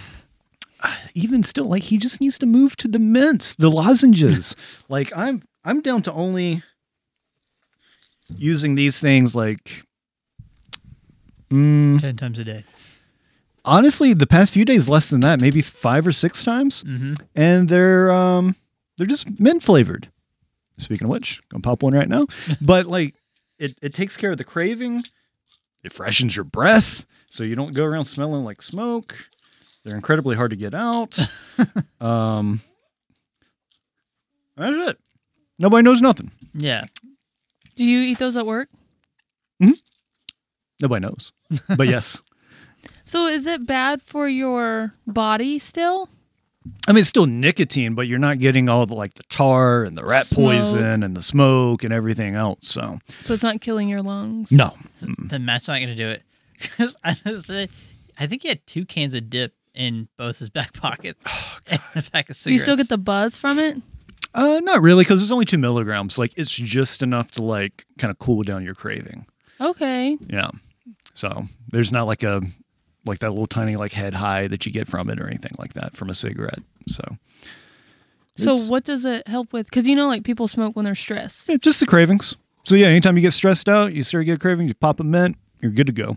Speaker 3: even still, like he just needs to move to the mints, the lozenges. like I'm I'm down to only using these things like mm,
Speaker 4: Ten times a day.
Speaker 3: honestly the past few days less than that maybe five or six times
Speaker 4: Mhm.
Speaker 3: and they're um they're just mint flavored speaking of which gonna pop one right now but like it, it takes care of the craving it freshens your breath so you don't go around smelling like smoke they're incredibly hard to get out um that's it nobody knows nothing
Speaker 4: Yeah.
Speaker 5: Do you eat those at work?
Speaker 3: nobody knows but yes
Speaker 5: So is it bad for your body still?
Speaker 3: I mean, it's still nicotine, but you're not getting all the like the tar and the rat
Speaker 5: Smoke.
Speaker 3: poison and the smoke and everything else. So
Speaker 5: So it's not killing your lungs.
Speaker 3: no,
Speaker 4: Then Matt's not gonna do it. <laughs> 'Cause I was saying- I think he had two cans of dip in both his back pockets <laughs> and a pack of cigarettes.
Speaker 5: Do you still get the buzz from it?
Speaker 3: uh, not really, because it's only two milligrams. Like it's just enough to like kind of cool down your craving.
Speaker 5: Okay.
Speaker 3: Yeah. So there's not like a like that little tiny like head high that you get from it or anything like that from a cigarette. So
Speaker 5: So
Speaker 3: It's-
Speaker 5: what does it help with? Because you know, like people smoke when they're stressed.
Speaker 3: yeah, just the cravings. So yeah, anytime you get stressed out, you start to get cravings, you pop a mint, you're good to go.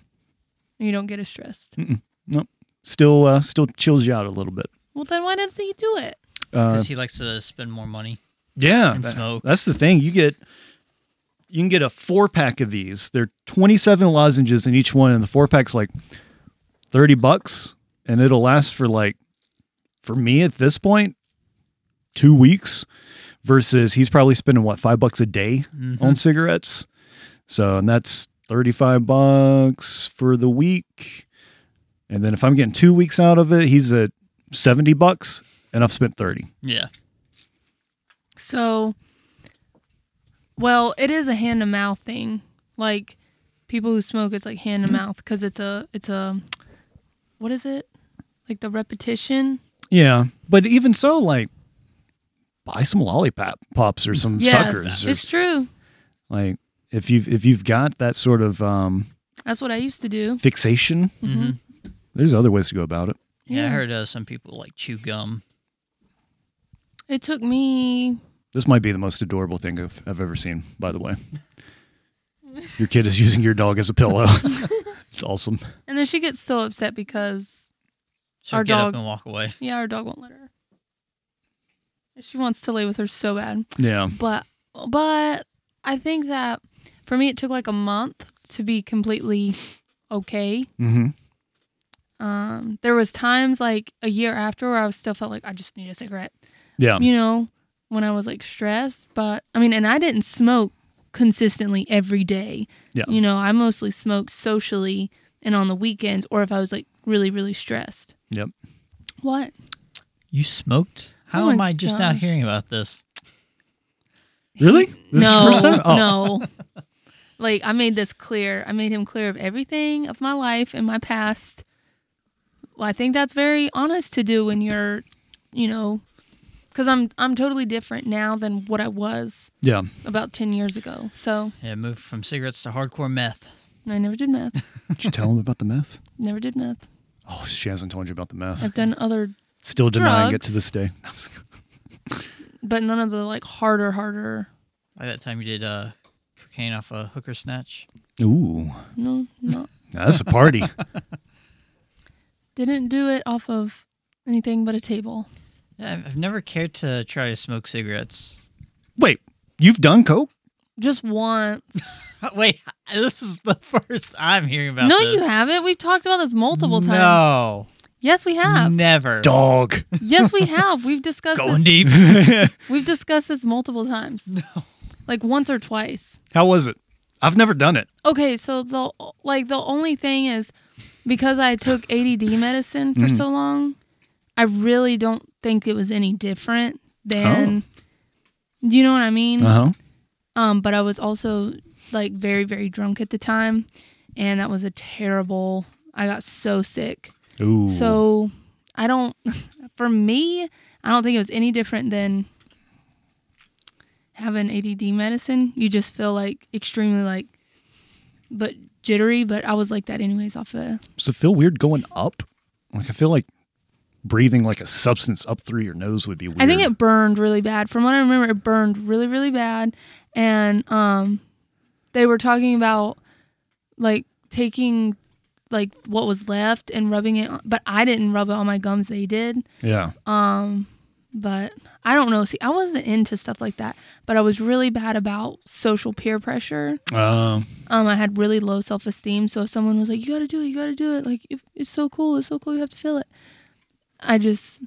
Speaker 5: You don't get as stressed.
Speaker 3: Mm. Nope. Still uh still chills you out a little bit.
Speaker 5: Well, then why doesn't he do it?
Speaker 4: because he likes to spend more money.
Speaker 3: Yeah,
Speaker 4: and
Speaker 3: that-
Speaker 4: smoke.
Speaker 3: That's the thing. You get you can get a four pack of these. They're twenty seven lozenges in each one, and the four pack's like 30 bucks and it'll last for like for me at this point 2 weeks versus he's probably spending what 5 bucks a day
Speaker 4: Mm-hmm.
Speaker 3: on cigarettes. So and that's 35 bucks for the week. And then if I'm getting 2 weeks out of it, he's at 70 bucks and I've spent 30.
Speaker 4: Yeah.
Speaker 5: So, well, it is a hand to mouth thing. Like people who smoke, it's like hand to mouth because it's a it's a what is it? Like the repetition.
Speaker 3: Yeah, but even so like buy some lollipop pops or some suckers. or-
Speaker 5: it's true.
Speaker 3: like if you've if you've got that sort of um
Speaker 5: That's what I used to do.
Speaker 3: fixation
Speaker 5: Mm-hmm.
Speaker 3: there's other ways to go about it
Speaker 4: Yeah, I
Speaker 5: Yeah.
Speaker 4: heard uh, some people like chew gum.
Speaker 5: It took me.
Speaker 3: this might be the most adorable thing I've, I've ever seen by
Speaker 5: <laughs>
Speaker 3: the way your kid is using your dog as a
Speaker 5: <laughs>
Speaker 3: pillow it's awesome
Speaker 5: And then she gets so upset because
Speaker 4: So
Speaker 5: Our
Speaker 4: get up
Speaker 5: dog-
Speaker 4: and walk away.
Speaker 5: yeah, our dog won't let her. She wants to lay with her so bad.
Speaker 3: yeah
Speaker 5: But but I think that for me it took like a month to be completely okay.
Speaker 3: mm-hmm.
Speaker 5: Um, there was times like a year after where I was still felt like I just need a cigarette.
Speaker 3: yeah
Speaker 5: You know, when I was like stressed, but I mean, and I didn't smoke consistently every day.
Speaker 3: Yeah.
Speaker 5: You know, I mostly smoked socially and on the weekends, or if I was like really really stressed.
Speaker 3: yep
Speaker 5: What?
Speaker 4: You smoked? How
Speaker 5: Oh
Speaker 4: am
Speaker 5: my
Speaker 4: I just now
Speaker 5: gosh.
Speaker 4: hearing about this?
Speaker 3: really this
Speaker 5: no,
Speaker 3: is the first time oh
Speaker 5: no. Like I made this clear. I made him clear of everything of my life and my past. Well, I think that's very honest to do when you're, you know, because I'm I'm totally different now than what I was
Speaker 3: yeah
Speaker 5: about ten years ago. So
Speaker 4: Yeah, moved from cigarettes to hardcore meth.
Speaker 5: I never did meth.
Speaker 3: did you tell him about the meth
Speaker 5: never did meth.
Speaker 3: oh she hasn't told you about the meth
Speaker 5: I've done other,
Speaker 3: still denying it to
Speaker 5: Uh, drugs.
Speaker 3: this day
Speaker 5: but none of the like harder harder.
Speaker 4: By that time, you did uh, cocaine off a hooker snatch.
Speaker 3: ooh
Speaker 5: No, no,
Speaker 3: now that's a party
Speaker 5: didn't do it off of anything but a table.
Speaker 4: Yeah, I've- I've never cared to try to smoke cigarettes.
Speaker 3: <laughs>
Speaker 4: <laughs>
Speaker 3: wait you've done coke
Speaker 5: Just once.
Speaker 4: Wait, this is the <laughs> first I'm hearing <laughs> about
Speaker 5: no,
Speaker 4: this.
Speaker 5: you haven't. We've talked about this multiple times.
Speaker 4: No,
Speaker 5: Yes, we have.
Speaker 4: never.
Speaker 3: dog
Speaker 5: Yes, we have. We've discussed
Speaker 4: Going
Speaker 5: this.
Speaker 4: deep.
Speaker 5: We've discussed this multiple times. No. Like once or twice.
Speaker 3: how was it i've never done it
Speaker 5: Okay, so the like the only thing is because I took ADD medicine for
Speaker 4: Mm-hmm.
Speaker 5: so long, I really don't think it was any different than
Speaker 4: Oh.
Speaker 5: Do you know what I mean?
Speaker 3: uh-huh
Speaker 5: Um but I was also like very very drunk at the time and that was a terrible I got so sick.
Speaker 3: ooh
Speaker 5: So I don't, <laughs> for me, I don't think it was any different than having ADD medicine. You just feel like extremely like, but jittery. But I was like that anyways off of.
Speaker 3: Does it feel weird going up? Like I feel like breathing like a substance up through your nose would be weird.
Speaker 5: I think it burned really bad. From what I remember, it burned really really bad, and um, they were talking about like taking like what was left and rubbing it, on, but I didn't rub it on my gums. They did.
Speaker 3: Yeah.
Speaker 5: um, but I don't know. See, I wasn't into stuff like that, but I was really bad about social peer pressure.
Speaker 3: Um,
Speaker 5: Um, I had really low self esteem, so if someone was like, "You got to do it, you got to do it," like it, it's so cool, it's so cool, you have to feel it. I just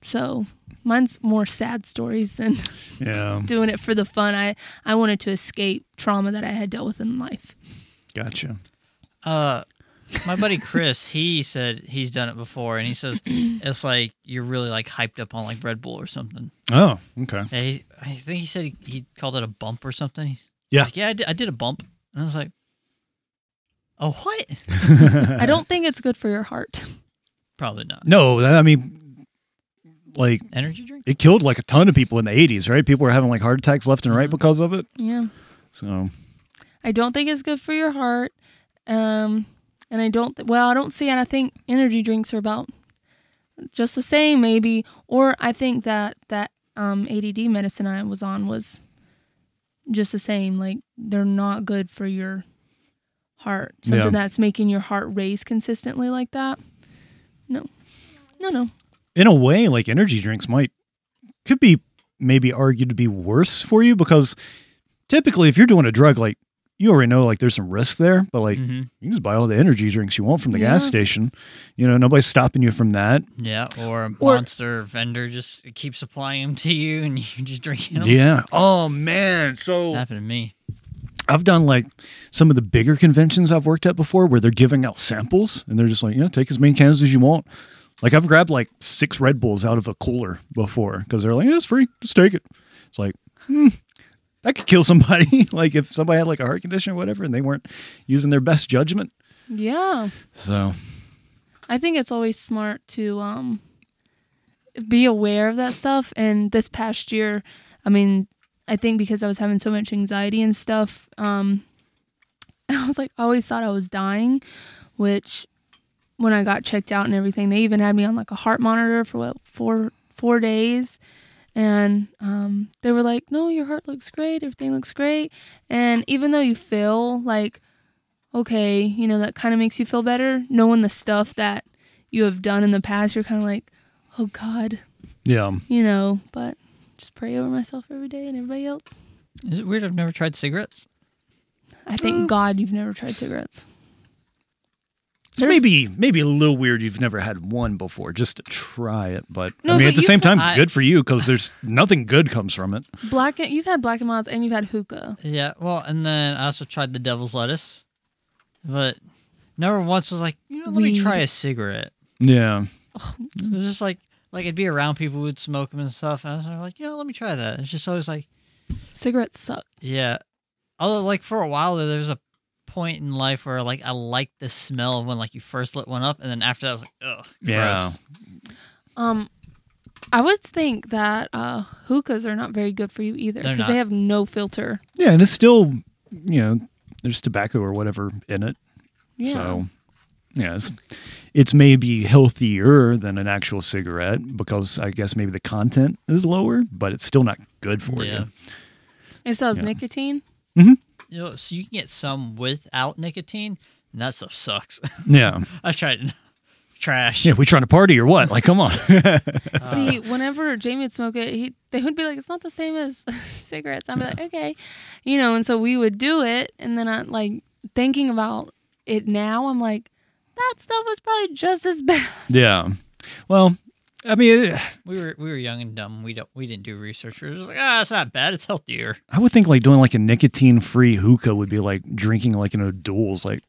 Speaker 5: so mine's more sad stories than <laughs>
Speaker 3: yeah.
Speaker 5: doing it for the fun. I I wanted to escape trauma that I had dealt with in life.
Speaker 3: Gotcha.
Speaker 4: <laughs> Uh, my buddy Chris, he said he's done it before, and he
Speaker 5: <clears throat>
Speaker 4: says it's like you're really like hyped up on like Red Bull or something.
Speaker 3: Oh, okay.
Speaker 4: Yeah, he, I think he said he, he called it a bump or something. He's
Speaker 3: Yeah.
Speaker 4: like, yeah, I did, I did a bump, and I was like, oh what? <laughs>
Speaker 3: <laughs>
Speaker 5: I don't think it's good for your heart.
Speaker 4: Probably not.
Speaker 3: No, that, I mean like
Speaker 4: Energy drink.
Speaker 3: it killed like a ton of people in the 80s, right? People were having like heart attacks left and right
Speaker 5: Mm-hmm.
Speaker 3: because of it.
Speaker 5: Yeah.
Speaker 3: So,
Speaker 5: I don't think it's good for your heart. Um, and I don't, well, I don't see it. I think energy drinks are about just the same, maybe. Or I think that that um, ADD medicine I was on was just the same. Like, they're not good for your heart. Something
Speaker 3: Yeah.
Speaker 5: that's making your heart race consistently like that. No. No, no.
Speaker 3: in a way like energy drinks might could be maybe argued to be worse for you because typically if you're doing a drug like you already know like there's some risk there, but like
Speaker 4: Mhm.
Speaker 3: you just buy all the energy drinks you want from the gas
Speaker 5: Yeah.
Speaker 3: station. You know, nobody's stopping you from that.
Speaker 4: Yeah, or a
Speaker 5: Or-
Speaker 4: monster vendor just keeps supplying them to you, and <laughs> you just drinking them.
Speaker 3: Yeah. Oh man. So
Speaker 4: happened to me.
Speaker 3: I've done like some of the bigger conventions I've worked at before where they're giving out samples and they're just like, yeah, take as many cans as you want. Like I've grabbed like six Red Bulls out of a cooler before because they're like, yeah, it's free. Just take it. It's like, hmm, that could kill somebody. <laughs> like if somebody had like a heart condition or whatever and they weren't using their best judgment.
Speaker 5: Yeah.
Speaker 3: So
Speaker 5: I think it's always smart to um, be aware of that stuff. And this past year, I mean, I think because I was having so much anxiety and stuff, um, <laughs> I was like, I always thought I was dying, which when I got checked out and everything, they even had me on like a heart monitor for what, four, four days. And um, they were like, no, your heart looks great. Everything looks great. And even though you feel like okay, you know, that kind of makes you feel better. Knowing the stuff that you have done in the past, you're kind of like, oh God,
Speaker 3: yeah.
Speaker 5: you know, but just pray over myself every day and everybody else.
Speaker 4: Is it weird? I've never tried cigarettes.
Speaker 5: I thank God you've never tried cigarettes.
Speaker 3: It's
Speaker 5: There's-
Speaker 3: maybe maybe a little weird you've never had one before just to try it, but
Speaker 5: No,
Speaker 3: I mean
Speaker 5: but
Speaker 3: at the
Speaker 5: you
Speaker 3: same time,
Speaker 4: I-
Speaker 3: good for you because there's nothing good comes from it.
Speaker 5: Black, you've had black and milds and you've had hookah.
Speaker 4: Yeah, well, and then I also tried the devil's lettuce, but never once was like, you know, let me
Speaker 5: Weed.
Speaker 4: try a cigarette.
Speaker 3: Yeah.
Speaker 4: It's just like like I'd be around people who'd smoke them and stuff, and I was sort of like, you know, let me try that. It's just always like,
Speaker 5: Cigarettes suck.
Speaker 4: yeah. Although, like for a while there, there was a point in life where like I liked the smell of when like you first lit one up, and then after that, I was like, ugh,
Speaker 3: Yeah.
Speaker 4: gross.
Speaker 5: Um, I would think that uh, hookahs are not very good for you either
Speaker 4: They're
Speaker 5: because they
Speaker 4: not.
Speaker 5: have no filter.
Speaker 3: Yeah, and it's still, you know, there's tobacco or whatever in it.
Speaker 5: Yeah.
Speaker 3: So, yeah, it's, it's maybe healthier than an actual cigarette because I guess maybe the content is lower, but it's still not good for
Speaker 4: Yeah.
Speaker 3: you.
Speaker 5: It sells nicotine.
Speaker 4: You know, so you can get some without nicotine, and that stuff sucks. <laughs>
Speaker 3: Yeah.
Speaker 4: I tried it. <laughs> Trash.
Speaker 3: Yeah, we trying to party or what? Like, come on. <laughs>
Speaker 5: See, whenever Jamie would smoke it, he they would be like, "It's not the same as <laughs> cigarettes." I'd be like, "Okay," you know. And so we would do it, and then I like thinking about it now. I'm like, that stuff was probably just as <laughs> bad.
Speaker 3: yeah. Well, I mean, it-
Speaker 4: We were we were young and dumb. We don't we didn't do research. We were just like, ah, it's not bad. It's healthier.
Speaker 3: I would think like doing like a nicotine free hookah would be like drinking like an O'Doul's. Like,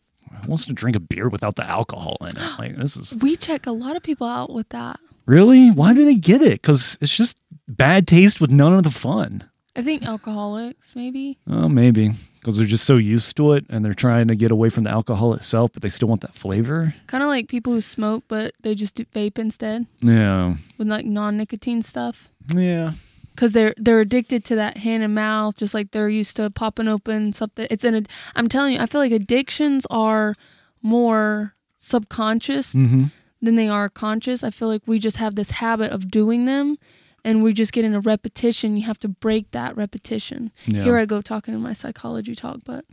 Speaker 3: who wants to drink a beer without the alcohol in it? Like, this is
Speaker 5: We check a lot of people out with that.
Speaker 3: really why do they get it? Because it's just bad taste with none of the fun.
Speaker 5: I think alcoholics, maybe.
Speaker 3: Oh, maybe because they're just so used to it and they're trying to get away from the alcohol itself, but they still want that flavor.
Speaker 5: Kind of like people who smoke, but they just do vape instead
Speaker 3: Yeah,
Speaker 5: with like non-nicotine stuff.
Speaker 3: yeah,
Speaker 5: because they're they're addicted to that hand and mouth just like they're used to popping open something it's an ad- i'm telling you i feel like addictions are more subconscious than they are conscious i feel like we just have this habit of doing them and we just get in a repetition you have to break that repetition
Speaker 3: Yeah.
Speaker 5: here i go talking in my psychology talk but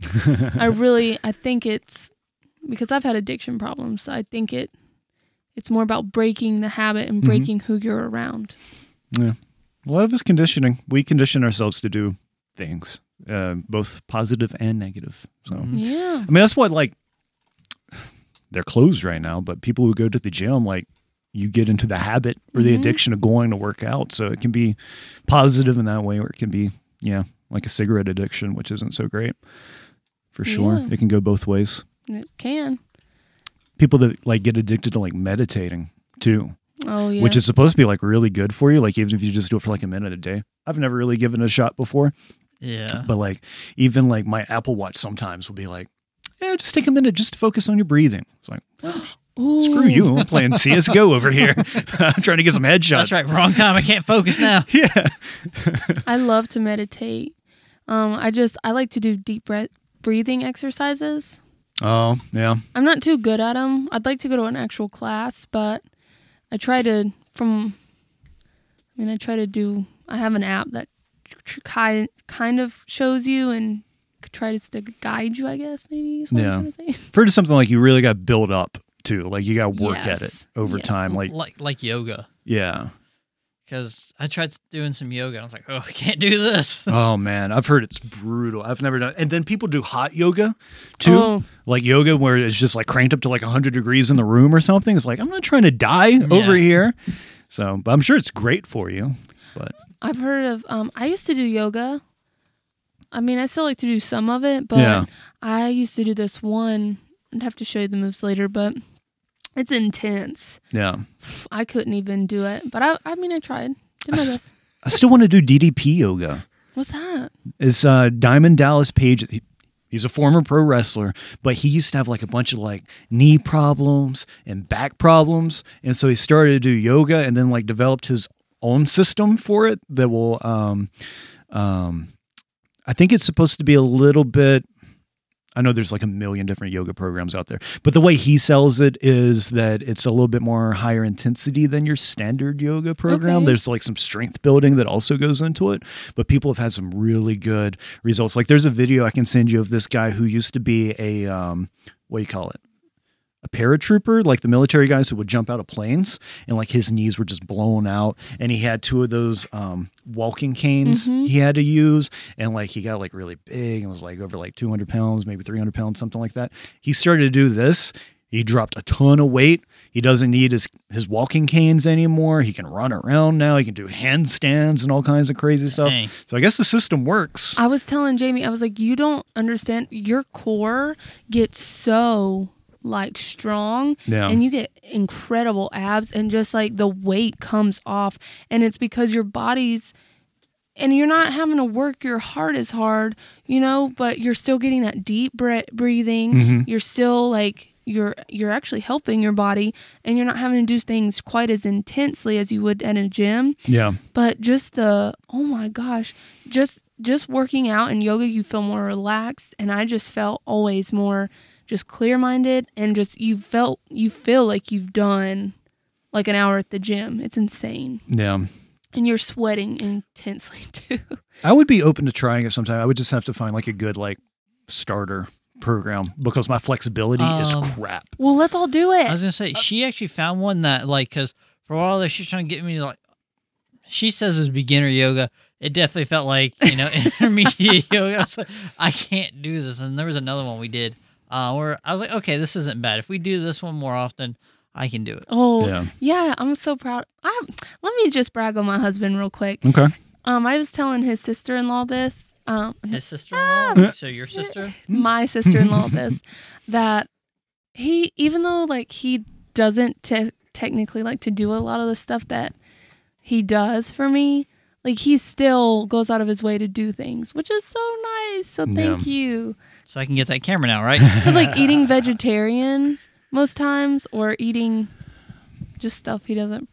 Speaker 5: i really i think it's because i've had addiction problems so i think it it's more about breaking the habit and breaking who you're around
Speaker 3: yeah. A lot of it's conditioning. We condition ourselves to do things, uh, both positive and negative. So,
Speaker 5: yeah
Speaker 3: I mean, that's what like they're closed right now, but people who go to the gym, like you get into the habit or
Speaker 5: Mm-hmm.
Speaker 3: the addiction of going to work out. So it can be positive in that way, or it can be, yeah, like a cigarette addiction, which isn't so great for sure.
Speaker 5: Yeah.
Speaker 3: It can go both ways.
Speaker 5: It can.
Speaker 3: people that like get addicted to like meditating too,
Speaker 5: Oh yeah.
Speaker 3: which is supposed to be like really good for you. Like even if you just do it for like a minute a day. I've never really given it a shot before,
Speaker 4: Yeah.
Speaker 3: but like even like my Apple Watch sometimes will be like, yeah, just take a minute just to focus on your breathing. It's like, screw you. I'm
Speaker 5: <laughs>
Speaker 3: playing CSGO over here. <laughs> I'm trying to get some headshots.
Speaker 4: That's right. Wrong time. I can't <laughs> focus now.
Speaker 3: Yeah.
Speaker 5: I love to meditate. Um, I just I like to do deep breath breathing exercises.
Speaker 3: Oh, yeah.
Speaker 5: I'm not too good at them. I'd like to go to an actual class, but I try to from. I mean, I try to do. I have an app that kind kind of shows you and could try to st- guide you. I guess maybe. Is what
Speaker 3: Yeah.
Speaker 5: I'm trying to say. <laughs>
Speaker 3: For something like you really got to build up to, like you got to work at it
Speaker 5: Yes.
Speaker 3: over
Speaker 5: Yes.
Speaker 3: time. Like,
Speaker 4: Like like yoga.
Speaker 3: yeah.
Speaker 4: because I tried doing some yoga. I was like, oh, I can't do this.
Speaker 3: Oh man, I've heard it's brutal. I've never done. And then people do hot yoga too,
Speaker 5: Oh.
Speaker 3: like yoga where it's just like cranked up to like 100 degrees in the room or something. It's like I'm not trying to die over here. So, but I'm sure it's great for you. But
Speaker 5: I've heard of. Um, I used to do yoga. I mean, I still like to do some of it, but
Speaker 3: Yeah.
Speaker 5: I used to do this one. I'd have to show you the moves later, but it's intense.
Speaker 3: yeah,
Speaker 5: I couldn't even do it, but I. I mean, I tried. Did my
Speaker 3: I s-
Speaker 5: best.
Speaker 3: I still want to do DDP yoga.
Speaker 5: What's that?
Speaker 3: It's uh, Diamond Dallas Page. He- He's a former pro wrestler, but he used to have like a bunch of like knee problems and back problems, and so he started to do yoga, and then like developed his own system for it that will. Um, um, I think it's supposed to be a little bit. I know there's like a million different yoga programs out there, but the way he sells it is that it's a little bit more higher intensity than your standard yoga program.
Speaker 5: Okay.
Speaker 3: There's like some strength building that also goes into it, but people have had some really good results. Like there's a video I can send you of this guy who used to be a um, what do you call it? a paratrooper, like the military guys who would jump out of planes, and like his knees were just blown out, and he had two of those um, walking canes he had to use, and like he got like really big and was like over like 200 pounds, maybe 300 pounds, something like that. He started to do this. He dropped a ton of weight. He doesn't need his his walking canes anymore. He can run around now. He can do handstands and all kinds of crazy stuff.
Speaker 4: Dang.
Speaker 3: So I guess the system works.
Speaker 5: I was telling Jamie, I was like, you don't understand. Your core gets so like strong
Speaker 3: Yeah.
Speaker 5: and you get incredible abs and just like the weight comes off and it's because your body's and you're not having to work your heart as hard, you know, but you're still getting that deep bre- breathing. You're still like you're you're actually helping your body and you're not having to do things quite as intensely as you would at a gym
Speaker 3: yeah.
Speaker 5: but just the oh my gosh just just working out and yoga you feel more relaxed and i just felt always more just clear minded and just you felt you feel like you've done like an hour at the gym it's insane
Speaker 3: Yeah.
Speaker 5: and you're sweating intensely <laughs> too
Speaker 3: I would be open to trying it sometime. I would just have to find like a good like starter program because my flexibility is
Speaker 4: Um,
Speaker 3: crap.
Speaker 5: well let's all do
Speaker 4: I was
Speaker 5: it
Speaker 4: gonna say she actually found one that like because for a while there she's trying to get me to, like she says it's beginner yoga. It definitely felt like you <laughs> know intermediate yoga. I was like, I can't do this. And there was another one we did uh, where I was like, okay, this isn't bad. If we do this one more often, I can do it.
Speaker 5: oh
Speaker 3: Yeah.
Speaker 5: yeah. i'm so proud i let me just brag on my husband real quick
Speaker 3: Okay.
Speaker 5: um i was telling his sister-in-law this um
Speaker 4: His sister-in-law, so your sister.
Speaker 5: my sister-in-law this
Speaker 4: <laughs>
Speaker 5: that he even though like he doesn't te- technically like to do a lot of the stuff that he does for me like he still goes out of his way to do things which is so nice so
Speaker 4: <laughs>
Speaker 5: thank you
Speaker 4: So I can get that camera now, right? <laughs>
Speaker 5: because like eating vegetarian most times or eating just stuff he doesn't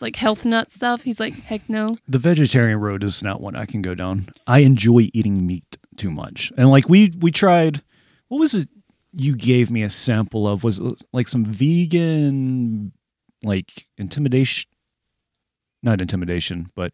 Speaker 5: like health nut stuff he's like heck no
Speaker 3: The vegetarian road is not one I can go down. I enjoy eating meat too much. And like we we tried what was it you gave me a sample of was it like some vegan like intimidation not intimidation, but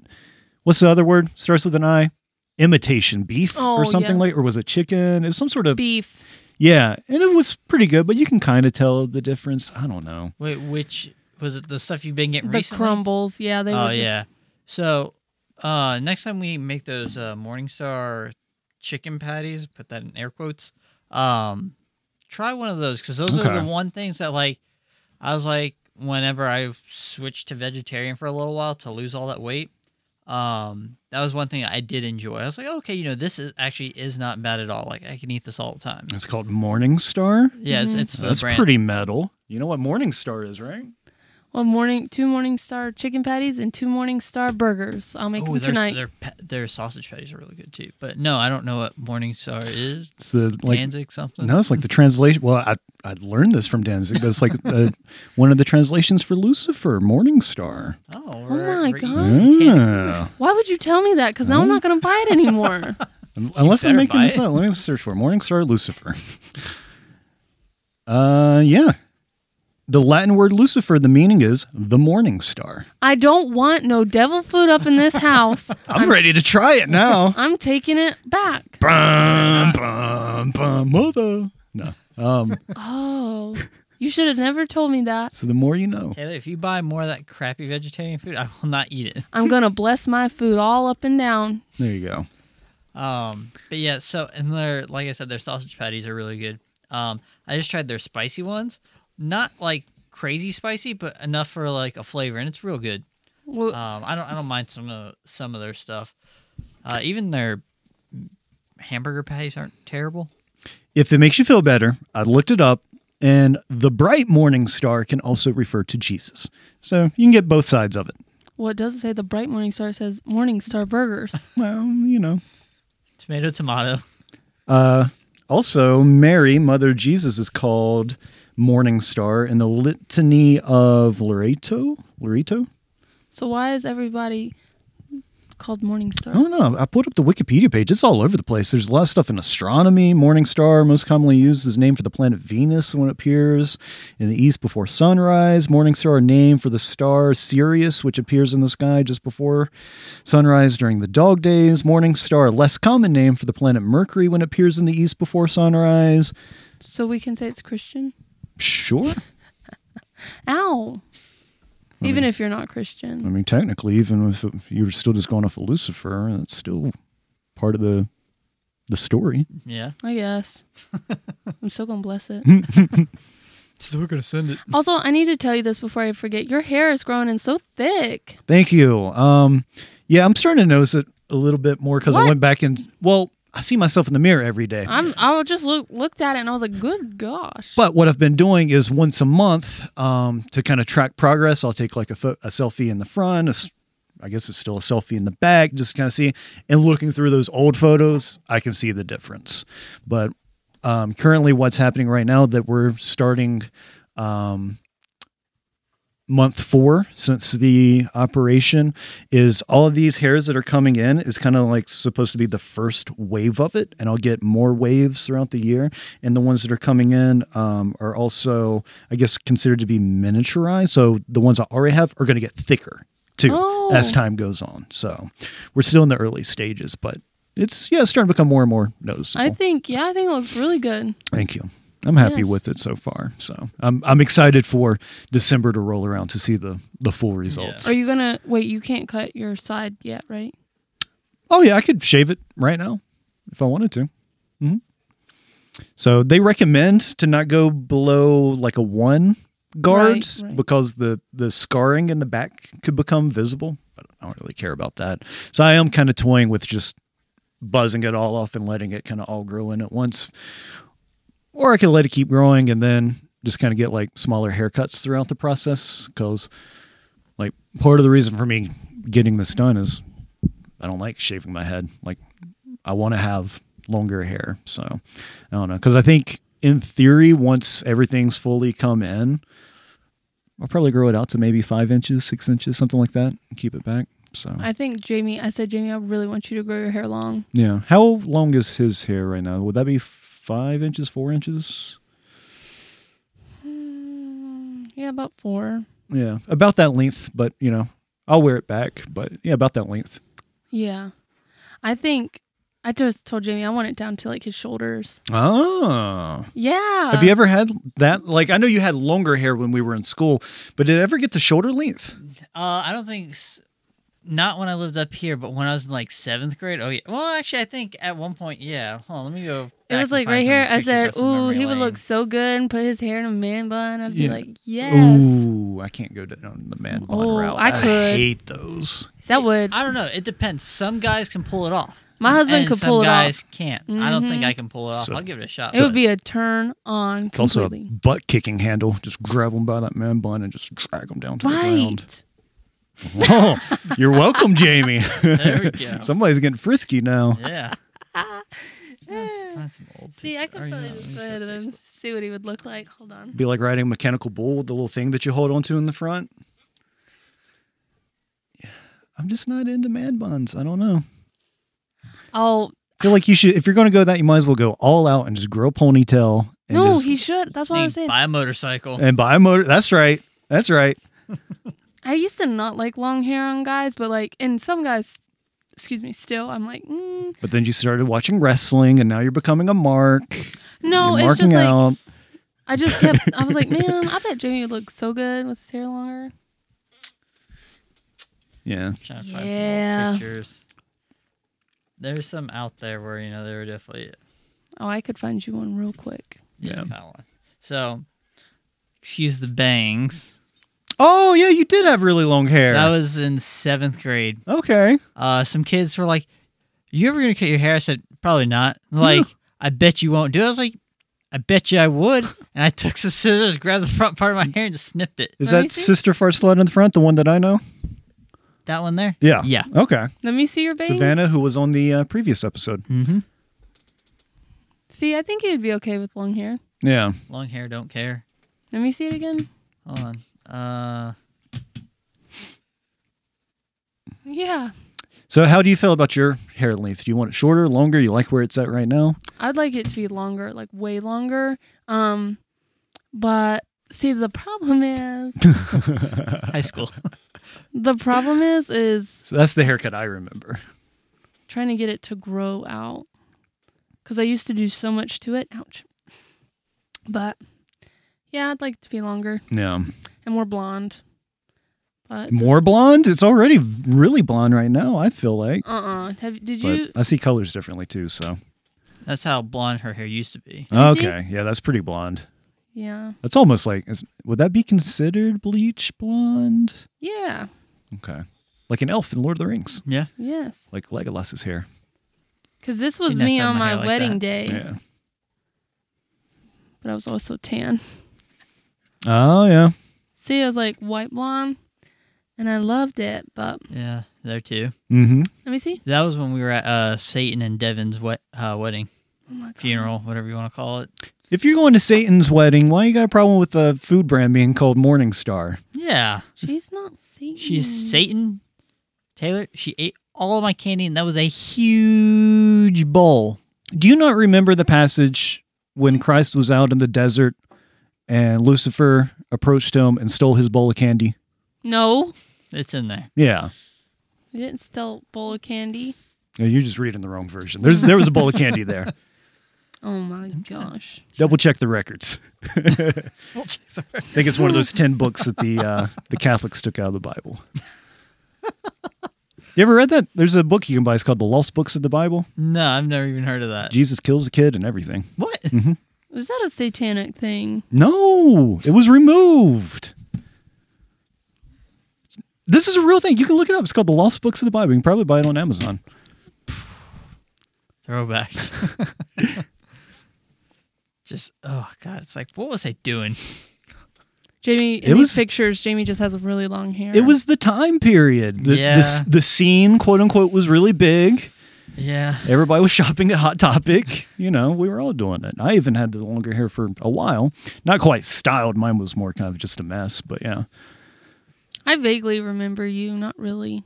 Speaker 3: what's the other word? Starts with an I. Imitation beef
Speaker 5: Oh,
Speaker 3: or something
Speaker 5: yeah.
Speaker 3: like or was it chicken? It was some sort of
Speaker 5: beef
Speaker 3: Yeah, and it was pretty good, but you can kind of tell the difference. I don't know.
Speaker 4: Wait, which was it? The stuff you've been getting
Speaker 5: the
Speaker 4: recently?
Speaker 5: crumbles yeah they
Speaker 4: oh
Speaker 5: were just
Speaker 4: yeah. So uh, next time we make those uh, Morningstar chicken patties, put that in air quotes. Um, try one of those because those
Speaker 3: Okay.
Speaker 4: are the one things that like I was like whenever I switched to vegetarian for a little while to lose all that weight. Um, that was one thing I did enjoy. I was like, okay, you know, this is actually is not bad at all. Like I can eat this all the time.
Speaker 3: It's called Morningstar.
Speaker 4: Yeah,
Speaker 5: Mm-hmm.
Speaker 4: it's, it's the
Speaker 3: That's
Speaker 4: brand.
Speaker 3: pretty metal. You know what Morningstar is, right?
Speaker 5: Well, morning, two Morning Star chicken patties and two Morning Star burgers. I'll make
Speaker 4: Ooh,
Speaker 5: them
Speaker 4: their,
Speaker 5: tonight.
Speaker 4: Their, pa- their sausage patties are really good too. But no, I don't know what Morningstar is.
Speaker 3: It's the like
Speaker 4: Danzig something.
Speaker 3: no, it's like the translation. Well, I I learned this from Danzig, but it's like <laughs> uh, one of the translations for Lucifer, Morningstar.
Speaker 4: Oh,
Speaker 5: my
Speaker 4: we're- we're eating
Speaker 5: God.
Speaker 4: satanic.
Speaker 3: Yeah.
Speaker 5: Why would you tell me that? Because now I'm not going to buy it anymore.
Speaker 3: Un- Unless I'm
Speaker 4: better
Speaker 3: making
Speaker 4: buy
Speaker 3: this
Speaker 4: it.
Speaker 3: up. Let me search for it. Morningstar Lucifer. uh, yeah. The Latin word Lucifer, the meaning is the morning star.
Speaker 5: I don't want no devil food up in this house.
Speaker 3: I'm ready to try it <laughs> now.
Speaker 5: I'm taking it back.
Speaker 3: <laughs> bum, bum, bum, mother. No. Um,
Speaker 5: Oh, You should have never told me that.
Speaker 3: So the more you know.
Speaker 4: Taylor, if you buy more of that crappy vegetarian food, I will not eat it. <laughs>
Speaker 5: I'm gonna bless my food all up and down.
Speaker 3: <laughs> There you go.
Speaker 4: Um, but yeah, so and their like I said, their sausage patties are really good. Um, I just tried their spicy ones, not like crazy spicy, but enough for like a flavor, and it's real good.
Speaker 5: Well,
Speaker 4: Um, I don't I don't mind some of some of their stuff. Uh, even their hamburger patties aren't terrible.
Speaker 3: If it makes you feel better, I looked it up, and the bright morning star can also refer to Jesus. So you can get both sides of it.
Speaker 5: well, it doesn't say the bright morning star. It says morning star burgers.
Speaker 3: Well, you know.
Speaker 4: Tomato, tomato. <laughs>
Speaker 3: Uh, also, Mary, Mother of Jesus, is called Morning Star in the Litany of Loreto. Loreto?
Speaker 5: so why is everybody called morning star?
Speaker 3: I don't know. I put up the Wikipedia page. It's all over the place. There's a lot of stuff in astronomy. Morning Star, most commonly used as name for the planet Venus when it appears in the east before sunrise. Morning Star, a name for the star Sirius, which appears in the sky just before sunrise during the dog days. Morning Star, a less common name for the planet Mercury when it appears in the east before sunrise.
Speaker 5: So we can say it's Christian.
Speaker 3: Sure.
Speaker 5: Ow. Even if you're not Christian.
Speaker 3: I mean, technically, even if, if you were still just going off of Lucifer, that's still part of the the story.
Speaker 4: Yeah.
Speaker 5: I <laughs> guess. I'm still gonna bless it. <laughs>
Speaker 4: Still gonna send it.
Speaker 5: Also, I need to tell you this before I forget. Your hair is growing in so thick.
Speaker 3: Thank you. Um, yeah, I'm starting to notice it a little bit more because I
Speaker 5: What?
Speaker 3: went back and well, I see myself in the mirror every day.
Speaker 5: I'm I just look, looked at it and I was like, good gosh.
Speaker 3: But what I've been doing is once a month um, to kind of track progress. I'll take like a, pho- a selfie in the front. a s- I guess it's still a selfie in the back, just kind of see. And looking through those old photos, I can see the difference. But um, currently, what's happening right now that we're starting um, month four since the operation is all of these hairs that are coming in is kind of like supposed to be the first wave of it and i'll get more waves throughout the year and the ones that are coming in um, are also i guess considered to be miniaturized so the ones i already have are going to get thicker too
Speaker 5: Oh.
Speaker 3: as time goes on so we're still in the early stages but it's yeah it's starting to become more and more noticeable
Speaker 5: I think yeah, I think it looks really good.
Speaker 3: Thank you. I'm happy
Speaker 5: Yes.
Speaker 3: with it so far. So I'm I'm excited for December to roll around to see the the full results.
Speaker 5: Are you gonna wait? You can't cut your side yet, right?
Speaker 3: oh yeah, I could shave it right now if I wanted to. hmm So they recommend to not go below like a one guard
Speaker 5: Right, right.
Speaker 3: because the the scarring in the back could become visible. But I don't really care about that. So I am kind of toying with just buzzing it all off and letting it kind of all grow in at once or I could let it keep growing and then just kind of get like smaller haircuts throughout the process. Because, like, part of the reason for me getting this done is I don't like shaving my head. Like, I want to have longer hair. So, I don't know. Because I think in theory, once everything's fully come in, I'll probably grow it out to maybe five inches, six inches, something like that, and keep it back. So,
Speaker 5: I think Jamie. I said Jamie, I really want you to grow your hair long.
Speaker 3: yeah. How long is his hair right now? Would that be five inches, four inches?
Speaker 5: Yeah, about four.
Speaker 3: Yeah, about that length, but you know, I'll wear it back. But yeah, about that length.
Speaker 5: Yeah, I think I just told Jamie I want it down to like his shoulders.
Speaker 3: Oh,
Speaker 5: Yeah.
Speaker 3: have you ever had that? Like, I know you had longer hair when we were in school, but did it ever get to shoulder length?
Speaker 4: Uh, I don't think, s- not when I lived up here, but when I was in like seventh grade. Oh yeah. Well, actually, I think at one point, yeah. Hold on, let me go.
Speaker 5: It
Speaker 4: back and
Speaker 5: was like
Speaker 4: find
Speaker 5: right
Speaker 4: some
Speaker 5: here. I
Speaker 4: pictures
Speaker 5: said,
Speaker 4: that's in
Speaker 5: "Ooh,
Speaker 4: memory
Speaker 5: he would
Speaker 4: lane."
Speaker 5: look so good and put his hair in a man bun." I'd be
Speaker 3: Yeah.
Speaker 5: like, "Yes,
Speaker 3: Ooh, I can't go down the man bun
Speaker 5: Oh,
Speaker 3: route.
Speaker 5: I could.
Speaker 3: hate those.
Speaker 5: that would."
Speaker 4: I don't know. It depends. Some guys can pull it off.
Speaker 5: My husband
Speaker 4: and
Speaker 5: could
Speaker 4: some
Speaker 5: pull it off. Mm-hmm.
Speaker 4: guys Can't. I don't think I can pull it off.
Speaker 3: So-
Speaker 4: I'll give it a shot.
Speaker 5: It would be a turn on
Speaker 3: It's also a
Speaker 5: completely.
Speaker 3: butt kicking handle. Just grab them by that man bun and just drag them down to the ground.
Speaker 5: right.
Speaker 3: Whoa, you're welcome,
Speaker 5: <laughs>
Speaker 3: Jamie.
Speaker 4: there we go.
Speaker 3: Somebody's getting frisky now.
Speaker 4: yeah. Let's find some old
Speaker 5: See, I
Speaker 4: pictures. Or, you
Speaker 5: could probably
Speaker 4: know, let
Speaker 5: just
Speaker 4: me
Speaker 5: go
Speaker 4: see
Speaker 5: ahead
Speaker 4: if
Speaker 5: and see what he would look like. Hold on.
Speaker 3: Be like riding a mechanical bull with the little thing that you hold onto in the front. Yeah, I'm just not into man buns. I don't know.
Speaker 5: Oh
Speaker 3: I feel like you should, if you're going to go that, you might as well go all out and just grow a ponytail. And
Speaker 5: no,
Speaker 3: just-
Speaker 5: he should. That's what I'm
Speaker 4: Facebook.
Speaker 5: saying.
Speaker 4: Buy a
Speaker 5: <laughs>
Speaker 4: motorcycle.
Speaker 3: and buy a motor. That's right. That's right.
Speaker 5: I used to not like long hair on guys, but like, and some guys, excuse me, still, I'm like, mm,
Speaker 3: But then you started watching wrestling, and now you're becoming a mark.
Speaker 5: no,
Speaker 3: you're
Speaker 5: it's just like
Speaker 3: out.
Speaker 5: I just kept.
Speaker 3: <laughs>
Speaker 5: I was like, man, I bet Jamie would look so good with his hair longer.
Speaker 3: Yeah.
Speaker 4: Trying to find some
Speaker 5: Yeah.
Speaker 4: old pictures. There's some out there where you know they were definitely
Speaker 5: Oh, I could find you one real quick.
Speaker 4: yeah,
Speaker 3: Yeah.
Speaker 4: found one. So, excuse the bangs.
Speaker 3: Oh yeah, you did have really long hair.
Speaker 4: That was in seventh grade.
Speaker 3: okay.
Speaker 4: Uh, some kids were like, "You ever gonna cut your hair?" I said, "Probably not." They're Like, I bet you won't do. it. I was like, "I bet you I <laughs> would." And I took some scissors, grabbed the front part of my hair, and just snipped it.
Speaker 3: Is
Speaker 5: Let me
Speaker 3: that
Speaker 5: see.
Speaker 3: Sister First Light in the front, the one that I know?
Speaker 4: That one there.
Speaker 3: Yeah.
Speaker 4: Yeah.
Speaker 3: Okay.
Speaker 5: Let me see your bangs.
Speaker 3: Savannah, who was on the uh, previous episode.
Speaker 4: Mm-hmm.
Speaker 5: See, I think you'd be okay with long hair.
Speaker 3: Yeah.
Speaker 4: Long hair, don't care.
Speaker 5: Let me see it again.
Speaker 4: Hold on. Uh,
Speaker 5: Yeah,
Speaker 3: So, how do you feel about your hair length? Do you want it shorter, longer? You like where it's at right now?
Speaker 5: I'd like it to be longer, like way longer. Um, but see, the
Speaker 3: <laughs>
Speaker 5: problem is,
Speaker 4: high <laughs> school.
Speaker 5: the problem is, is
Speaker 3: So that's the haircut I remember.
Speaker 5: trying to get it to grow out because I used to do so much to it. Ouch. But yeah, I'd like it to be longer
Speaker 3: Yeah.
Speaker 5: and more blonde. But uh
Speaker 3: More blonde? It's already v- really blonde right now, I feel like.
Speaker 5: uh have did
Speaker 3: But
Speaker 5: you?
Speaker 3: I see colors differently too, so.
Speaker 4: That's how blonde her hair used to be.
Speaker 5: Let me see.
Speaker 3: Okay. Yeah, that's pretty blonde.
Speaker 5: Yeah,
Speaker 3: That's almost like is, would that be considered bleach blonde?
Speaker 5: yeah,
Speaker 3: Okay. Like an elf in Lord of the Rings.
Speaker 4: Yeah.
Speaker 5: yes.
Speaker 3: Like Legolas's hair.
Speaker 5: Because this was
Speaker 4: Didn't I
Speaker 5: me
Speaker 4: send
Speaker 5: on
Speaker 4: my
Speaker 5: my
Speaker 4: hair like
Speaker 5: wedding
Speaker 4: that?
Speaker 5: day,
Speaker 3: Yeah.
Speaker 5: but I was also tan.
Speaker 3: Oh yeah.
Speaker 5: See, I was like white blonde, and I loved it. But
Speaker 4: Yeah. There too.
Speaker 3: Mm-hmm.
Speaker 5: let me see.
Speaker 4: That was when we were at uh, Satan and Devin's wet, uh, wedding,
Speaker 5: Oh my god.
Speaker 4: funeral, whatever you want to call it.
Speaker 3: If you're going to Satan's wedding, why you got a problem with the food brand being called Morning Star?
Speaker 4: Yeah.
Speaker 5: She's not Satan.
Speaker 4: She's Satan. Taylor, she ate all of my candy, and that was a huge bowl.
Speaker 3: Do you not remember the passage when Christ was out in the desert and Lucifer approached him and stole his bowl of candy?
Speaker 5: No,
Speaker 4: It's in there.
Speaker 3: Yeah.
Speaker 5: I didn't steal a bowl of candy.
Speaker 3: No, you're just reading the wrong version. There's there was a bowl of candy there.
Speaker 5: Oh my gosh.
Speaker 3: Double check the records.
Speaker 4: We'll check the
Speaker 3: I think it's one of those ten books that the uh, the Catholics took out of the Bible. You ever read that? There's a book you can buy. It's called The Lost Books of the Bible.
Speaker 4: <laughs> No, I've never even heard of that.
Speaker 3: Jesus kills a kid and everything.
Speaker 4: what?
Speaker 5: Was that a satanic thing?
Speaker 3: No, it was removed. This is a real thing. You can look it up. It's called The Lost Books of the Bible. You can probably buy it on Amazon.
Speaker 4: <laughs> Throwback. <laughs> Just oh god, it's like what was I doing?
Speaker 5: Jamie, in
Speaker 3: It
Speaker 5: these
Speaker 3: was-
Speaker 5: pictures, Jamie just has really long hair.
Speaker 3: It was the time period. The,
Speaker 4: Yeah.
Speaker 3: the, s- the scene, quote unquote, was really big.
Speaker 4: Yeah,
Speaker 3: Everybody was <laughs> shopping at Hot Topic. You know, we were all doing it. I even had the longer hair for a while. Not quite styled. Mine was more kind of just a mess, but yeah.
Speaker 5: I vaguely remember you, not really,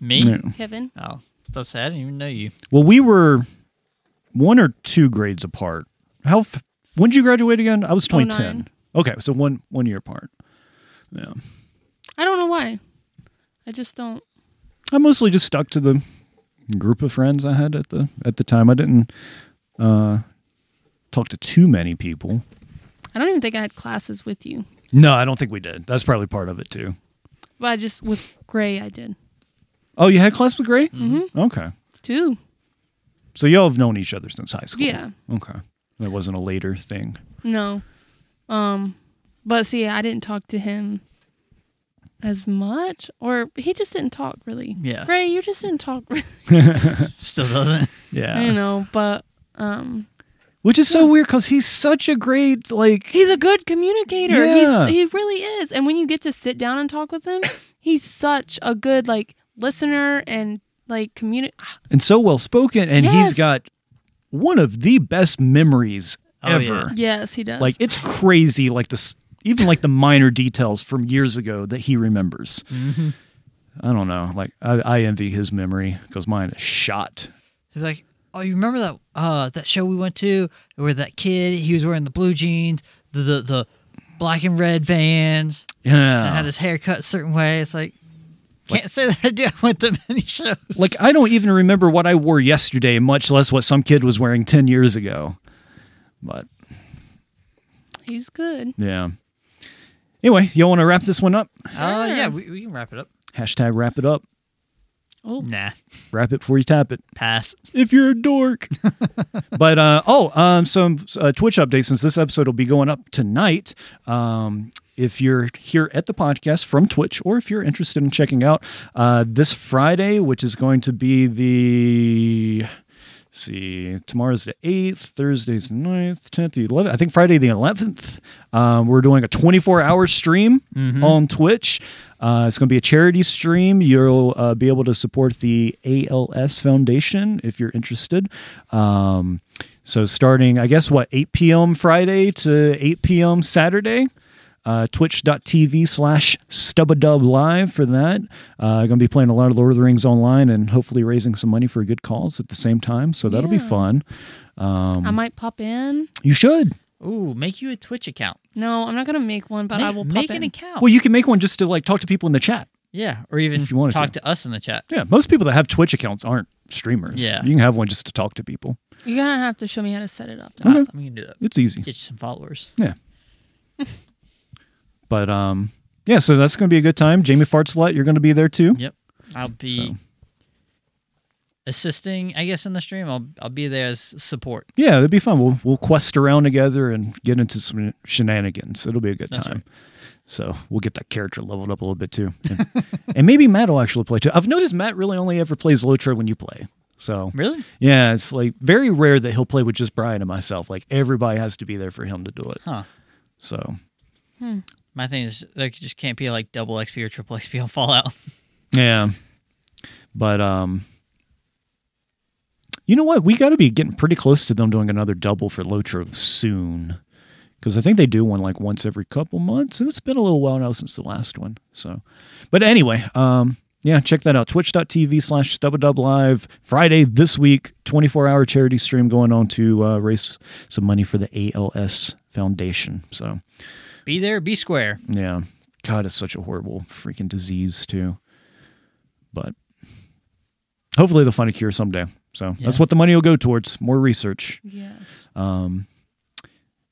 Speaker 4: me.
Speaker 3: Yeah.
Speaker 5: Kevin.
Speaker 4: Oh, that's I didn't even know you.
Speaker 3: Well, we were one or two grades apart. How? F- when did you graduate again? I was 2010. Okay, so one one year apart. Yeah,
Speaker 5: I don't know why. I just don't.
Speaker 3: I mostly just stuck to the group of friends I had at the at the time. I didn't uh, talk to too many people.
Speaker 5: I don't even think I had classes with you,
Speaker 3: No, I don't think we did. That's probably part of it too.
Speaker 5: but I just with Gray I did
Speaker 3: Oh, you had class with Gray? Mm-hmm. Okay,
Speaker 5: too.
Speaker 3: so y'all have known each other since high school.
Speaker 5: Yeah.
Speaker 3: Okay, that wasn't a later thing.
Speaker 5: No. Um but see, I didn't talk to him as much or he just didn't talk really.
Speaker 4: Yeah.
Speaker 5: Ray, you just didn't talk really.
Speaker 4: Still doesn't. <laughs>
Speaker 3: Yeah,
Speaker 5: I don't know, but um
Speaker 3: which is so weird because he's such a great like
Speaker 5: he's a good communicator.
Speaker 3: Yeah.
Speaker 5: He's he really is. And when you get to sit down and talk with him, <coughs> he's such a good like listener and like communi- <sighs>
Speaker 3: and so well spoken and
Speaker 5: Yes.
Speaker 3: he's got one of the best memories
Speaker 4: Oh, yeah.
Speaker 3: ever
Speaker 5: Yes, he does.
Speaker 3: like it's crazy like this even like the minor details from years ago that he remembers
Speaker 4: Mm-hmm.
Speaker 3: i don't know like i, I envy his memory because mine is shot
Speaker 4: He's like, oh, you remember that uh that show we went to where that kid he was wearing the blue jeans, the the, the black and red vans, and
Speaker 3: yeah
Speaker 4: had his hair cut a certain way. It's like can't say that I do. <laughs> I went to many shows.
Speaker 3: like i don't even remember what i wore yesterday much less what some kid was wearing 10 years ago but
Speaker 5: He's good.
Speaker 3: Yeah. Anyway, y'all want to wrap this one up?
Speaker 4: Uh, yeah,
Speaker 5: Sure.
Speaker 4: we, we can wrap it up.
Speaker 3: Hashtag wrap it up.
Speaker 5: Oh,
Speaker 4: Nah,
Speaker 3: Wrap it before you tap it.
Speaker 4: pass.
Speaker 3: if you're a dork. <laughs> but uh, oh, um, some uh, Twitch updates since this episode will be going up tonight. Um, if you're here at the podcast from Twitch, or if you're interested in checking out uh, this Friday, which is going to be the let's see tomorrow's the 8th thursday's the 9th 10th the 11th i think friday the 11th um, we're doing a 24 hour stream on twitch uh, it's going to be a charity stream you'll uh, be able to support the als foundation if you're interested um, so starting i guess what 8 p.m friday to 8 p.m saturday uh, twitch.tv slash stubadub live for that. Uh, going to be playing a lot of Lord of the Rings online and hopefully raising some money for a good cause at the same time. So that'll be
Speaker 5: Yeah.
Speaker 3: fun. Um,
Speaker 5: I might pop in.
Speaker 3: You should.
Speaker 4: Ooh, make you a Twitch account.
Speaker 5: No, I'm not gonna make one, but
Speaker 4: make,
Speaker 5: I will pop
Speaker 4: make
Speaker 5: in.
Speaker 4: an account.
Speaker 3: Well, you can make one just to like talk to people in the chat.
Speaker 4: yeah, or even
Speaker 3: if you wanted
Speaker 4: talk to. us in the chat.
Speaker 3: Yeah. Most people that have Twitch accounts aren't streamers.
Speaker 4: Yeah.
Speaker 3: You can have one just to talk to people.
Speaker 5: You're gonna have to show me how to set it up.
Speaker 4: I'm
Speaker 5: Though.
Speaker 4: gonna do that.
Speaker 3: It's easy.
Speaker 4: Get you some followers. <laughs>
Speaker 3: Yeah. but um, yeah, so that's going to be a good time. Jamie Fartslot, you're going to be there too.
Speaker 4: Yep, I'll be assisting. I guess in the stream, I'll I'll be there as support.
Speaker 3: Yeah, it'd be fun. We'll we'll quest around together and get into some shenanigans. It'll be a good time. So we'll get that character leveled up a little bit too, and, <laughs> and maybe Matt will actually play too. I've noticed Matt really only ever plays Lotra when you play. So
Speaker 4: Really?
Speaker 3: yeah, it's like very rare that he'll play with just Brian and myself. Like everybody has to be there for him to do it.
Speaker 4: Huh.
Speaker 3: So
Speaker 4: My thing is, there just can't be like double XP or triple XP on Fallout. <laughs>
Speaker 3: yeah, but um, you know what? We got to be getting pretty close to them doing another double for Lotra soon. because I think they do one like once every couple months, and it's been a little while now since the last one. So, but anyway, um, yeah, check that out. Twitch.tv slash dub live Friday this week, 24 hour charity stream going on to uh, raise some money for the ALS Foundation. So,
Speaker 4: Be there, be square.
Speaker 3: yeah, God, it's such a horrible freaking disease, too. But hopefully they'll find a cure someday. So that's
Speaker 4: Yeah.
Speaker 3: what the money will go towards more research.
Speaker 5: Yes.
Speaker 3: Um,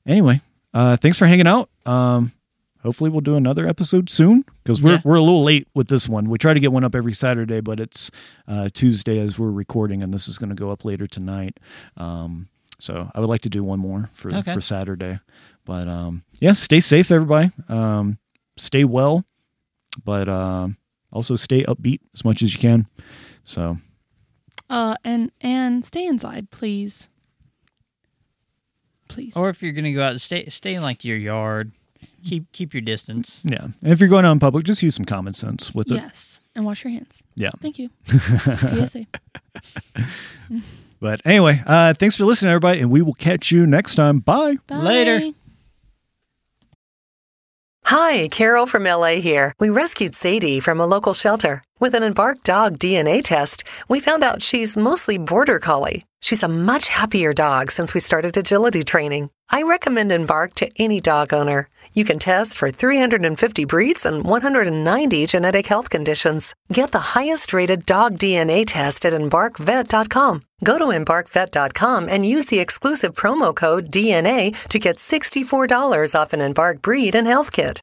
Speaker 3: anyway, uh, thanks for hanging out. Um, hopefully, we'll do another episode soon because we're
Speaker 4: Yeah.
Speaker 3: we're a little late with this one. We try to get one up every Saturday, but it's uh, Tuesday as we're recording, and this is going to go up later tonight. Um, so I would like to do one more for
Speaker 4: Okay.
Speaker 3: for Saturday, but um, yeah, stay safe, everybody. Um, stay well, but um, also stay upbeat as much as you can. So
Speaker 5: Uh, and and stay inside, please. Please.
Speaker 4: Or if you're gonna go out, stay stay in like your yard. Keep keep your distance.
Speaker 3: yeah, and if you're going out in public, just use some common sense with it.
Speaker 5: yes, and wash your hands.
Speaker 3: Yeah.
Speaker 5: Thank
Speaker 4: <laughs>
Speaker 5: you. PSA.
Speaker 3: But anyway, uh, thanks for listening, everybody, and we will catch you next time. Bye.
Speaker 5: Bye.
Speaker 4: Later.
Speaker 2: Hi, Carol from LA here. We rescued Sadie from a local shelter. With an Embark dog DNA test, we found out she's mostly border collie. She's a much happier dog since we started agility training. I recommend Embark to any dog owner. You can test for 350 breeds and 190 genetic health conditions. Get the highest rated dog DNA test at EmbarkVet.com. Go to EmbarkVet.com and use the exclusive promo code DNA to get $64 off an Embark breed and health kit.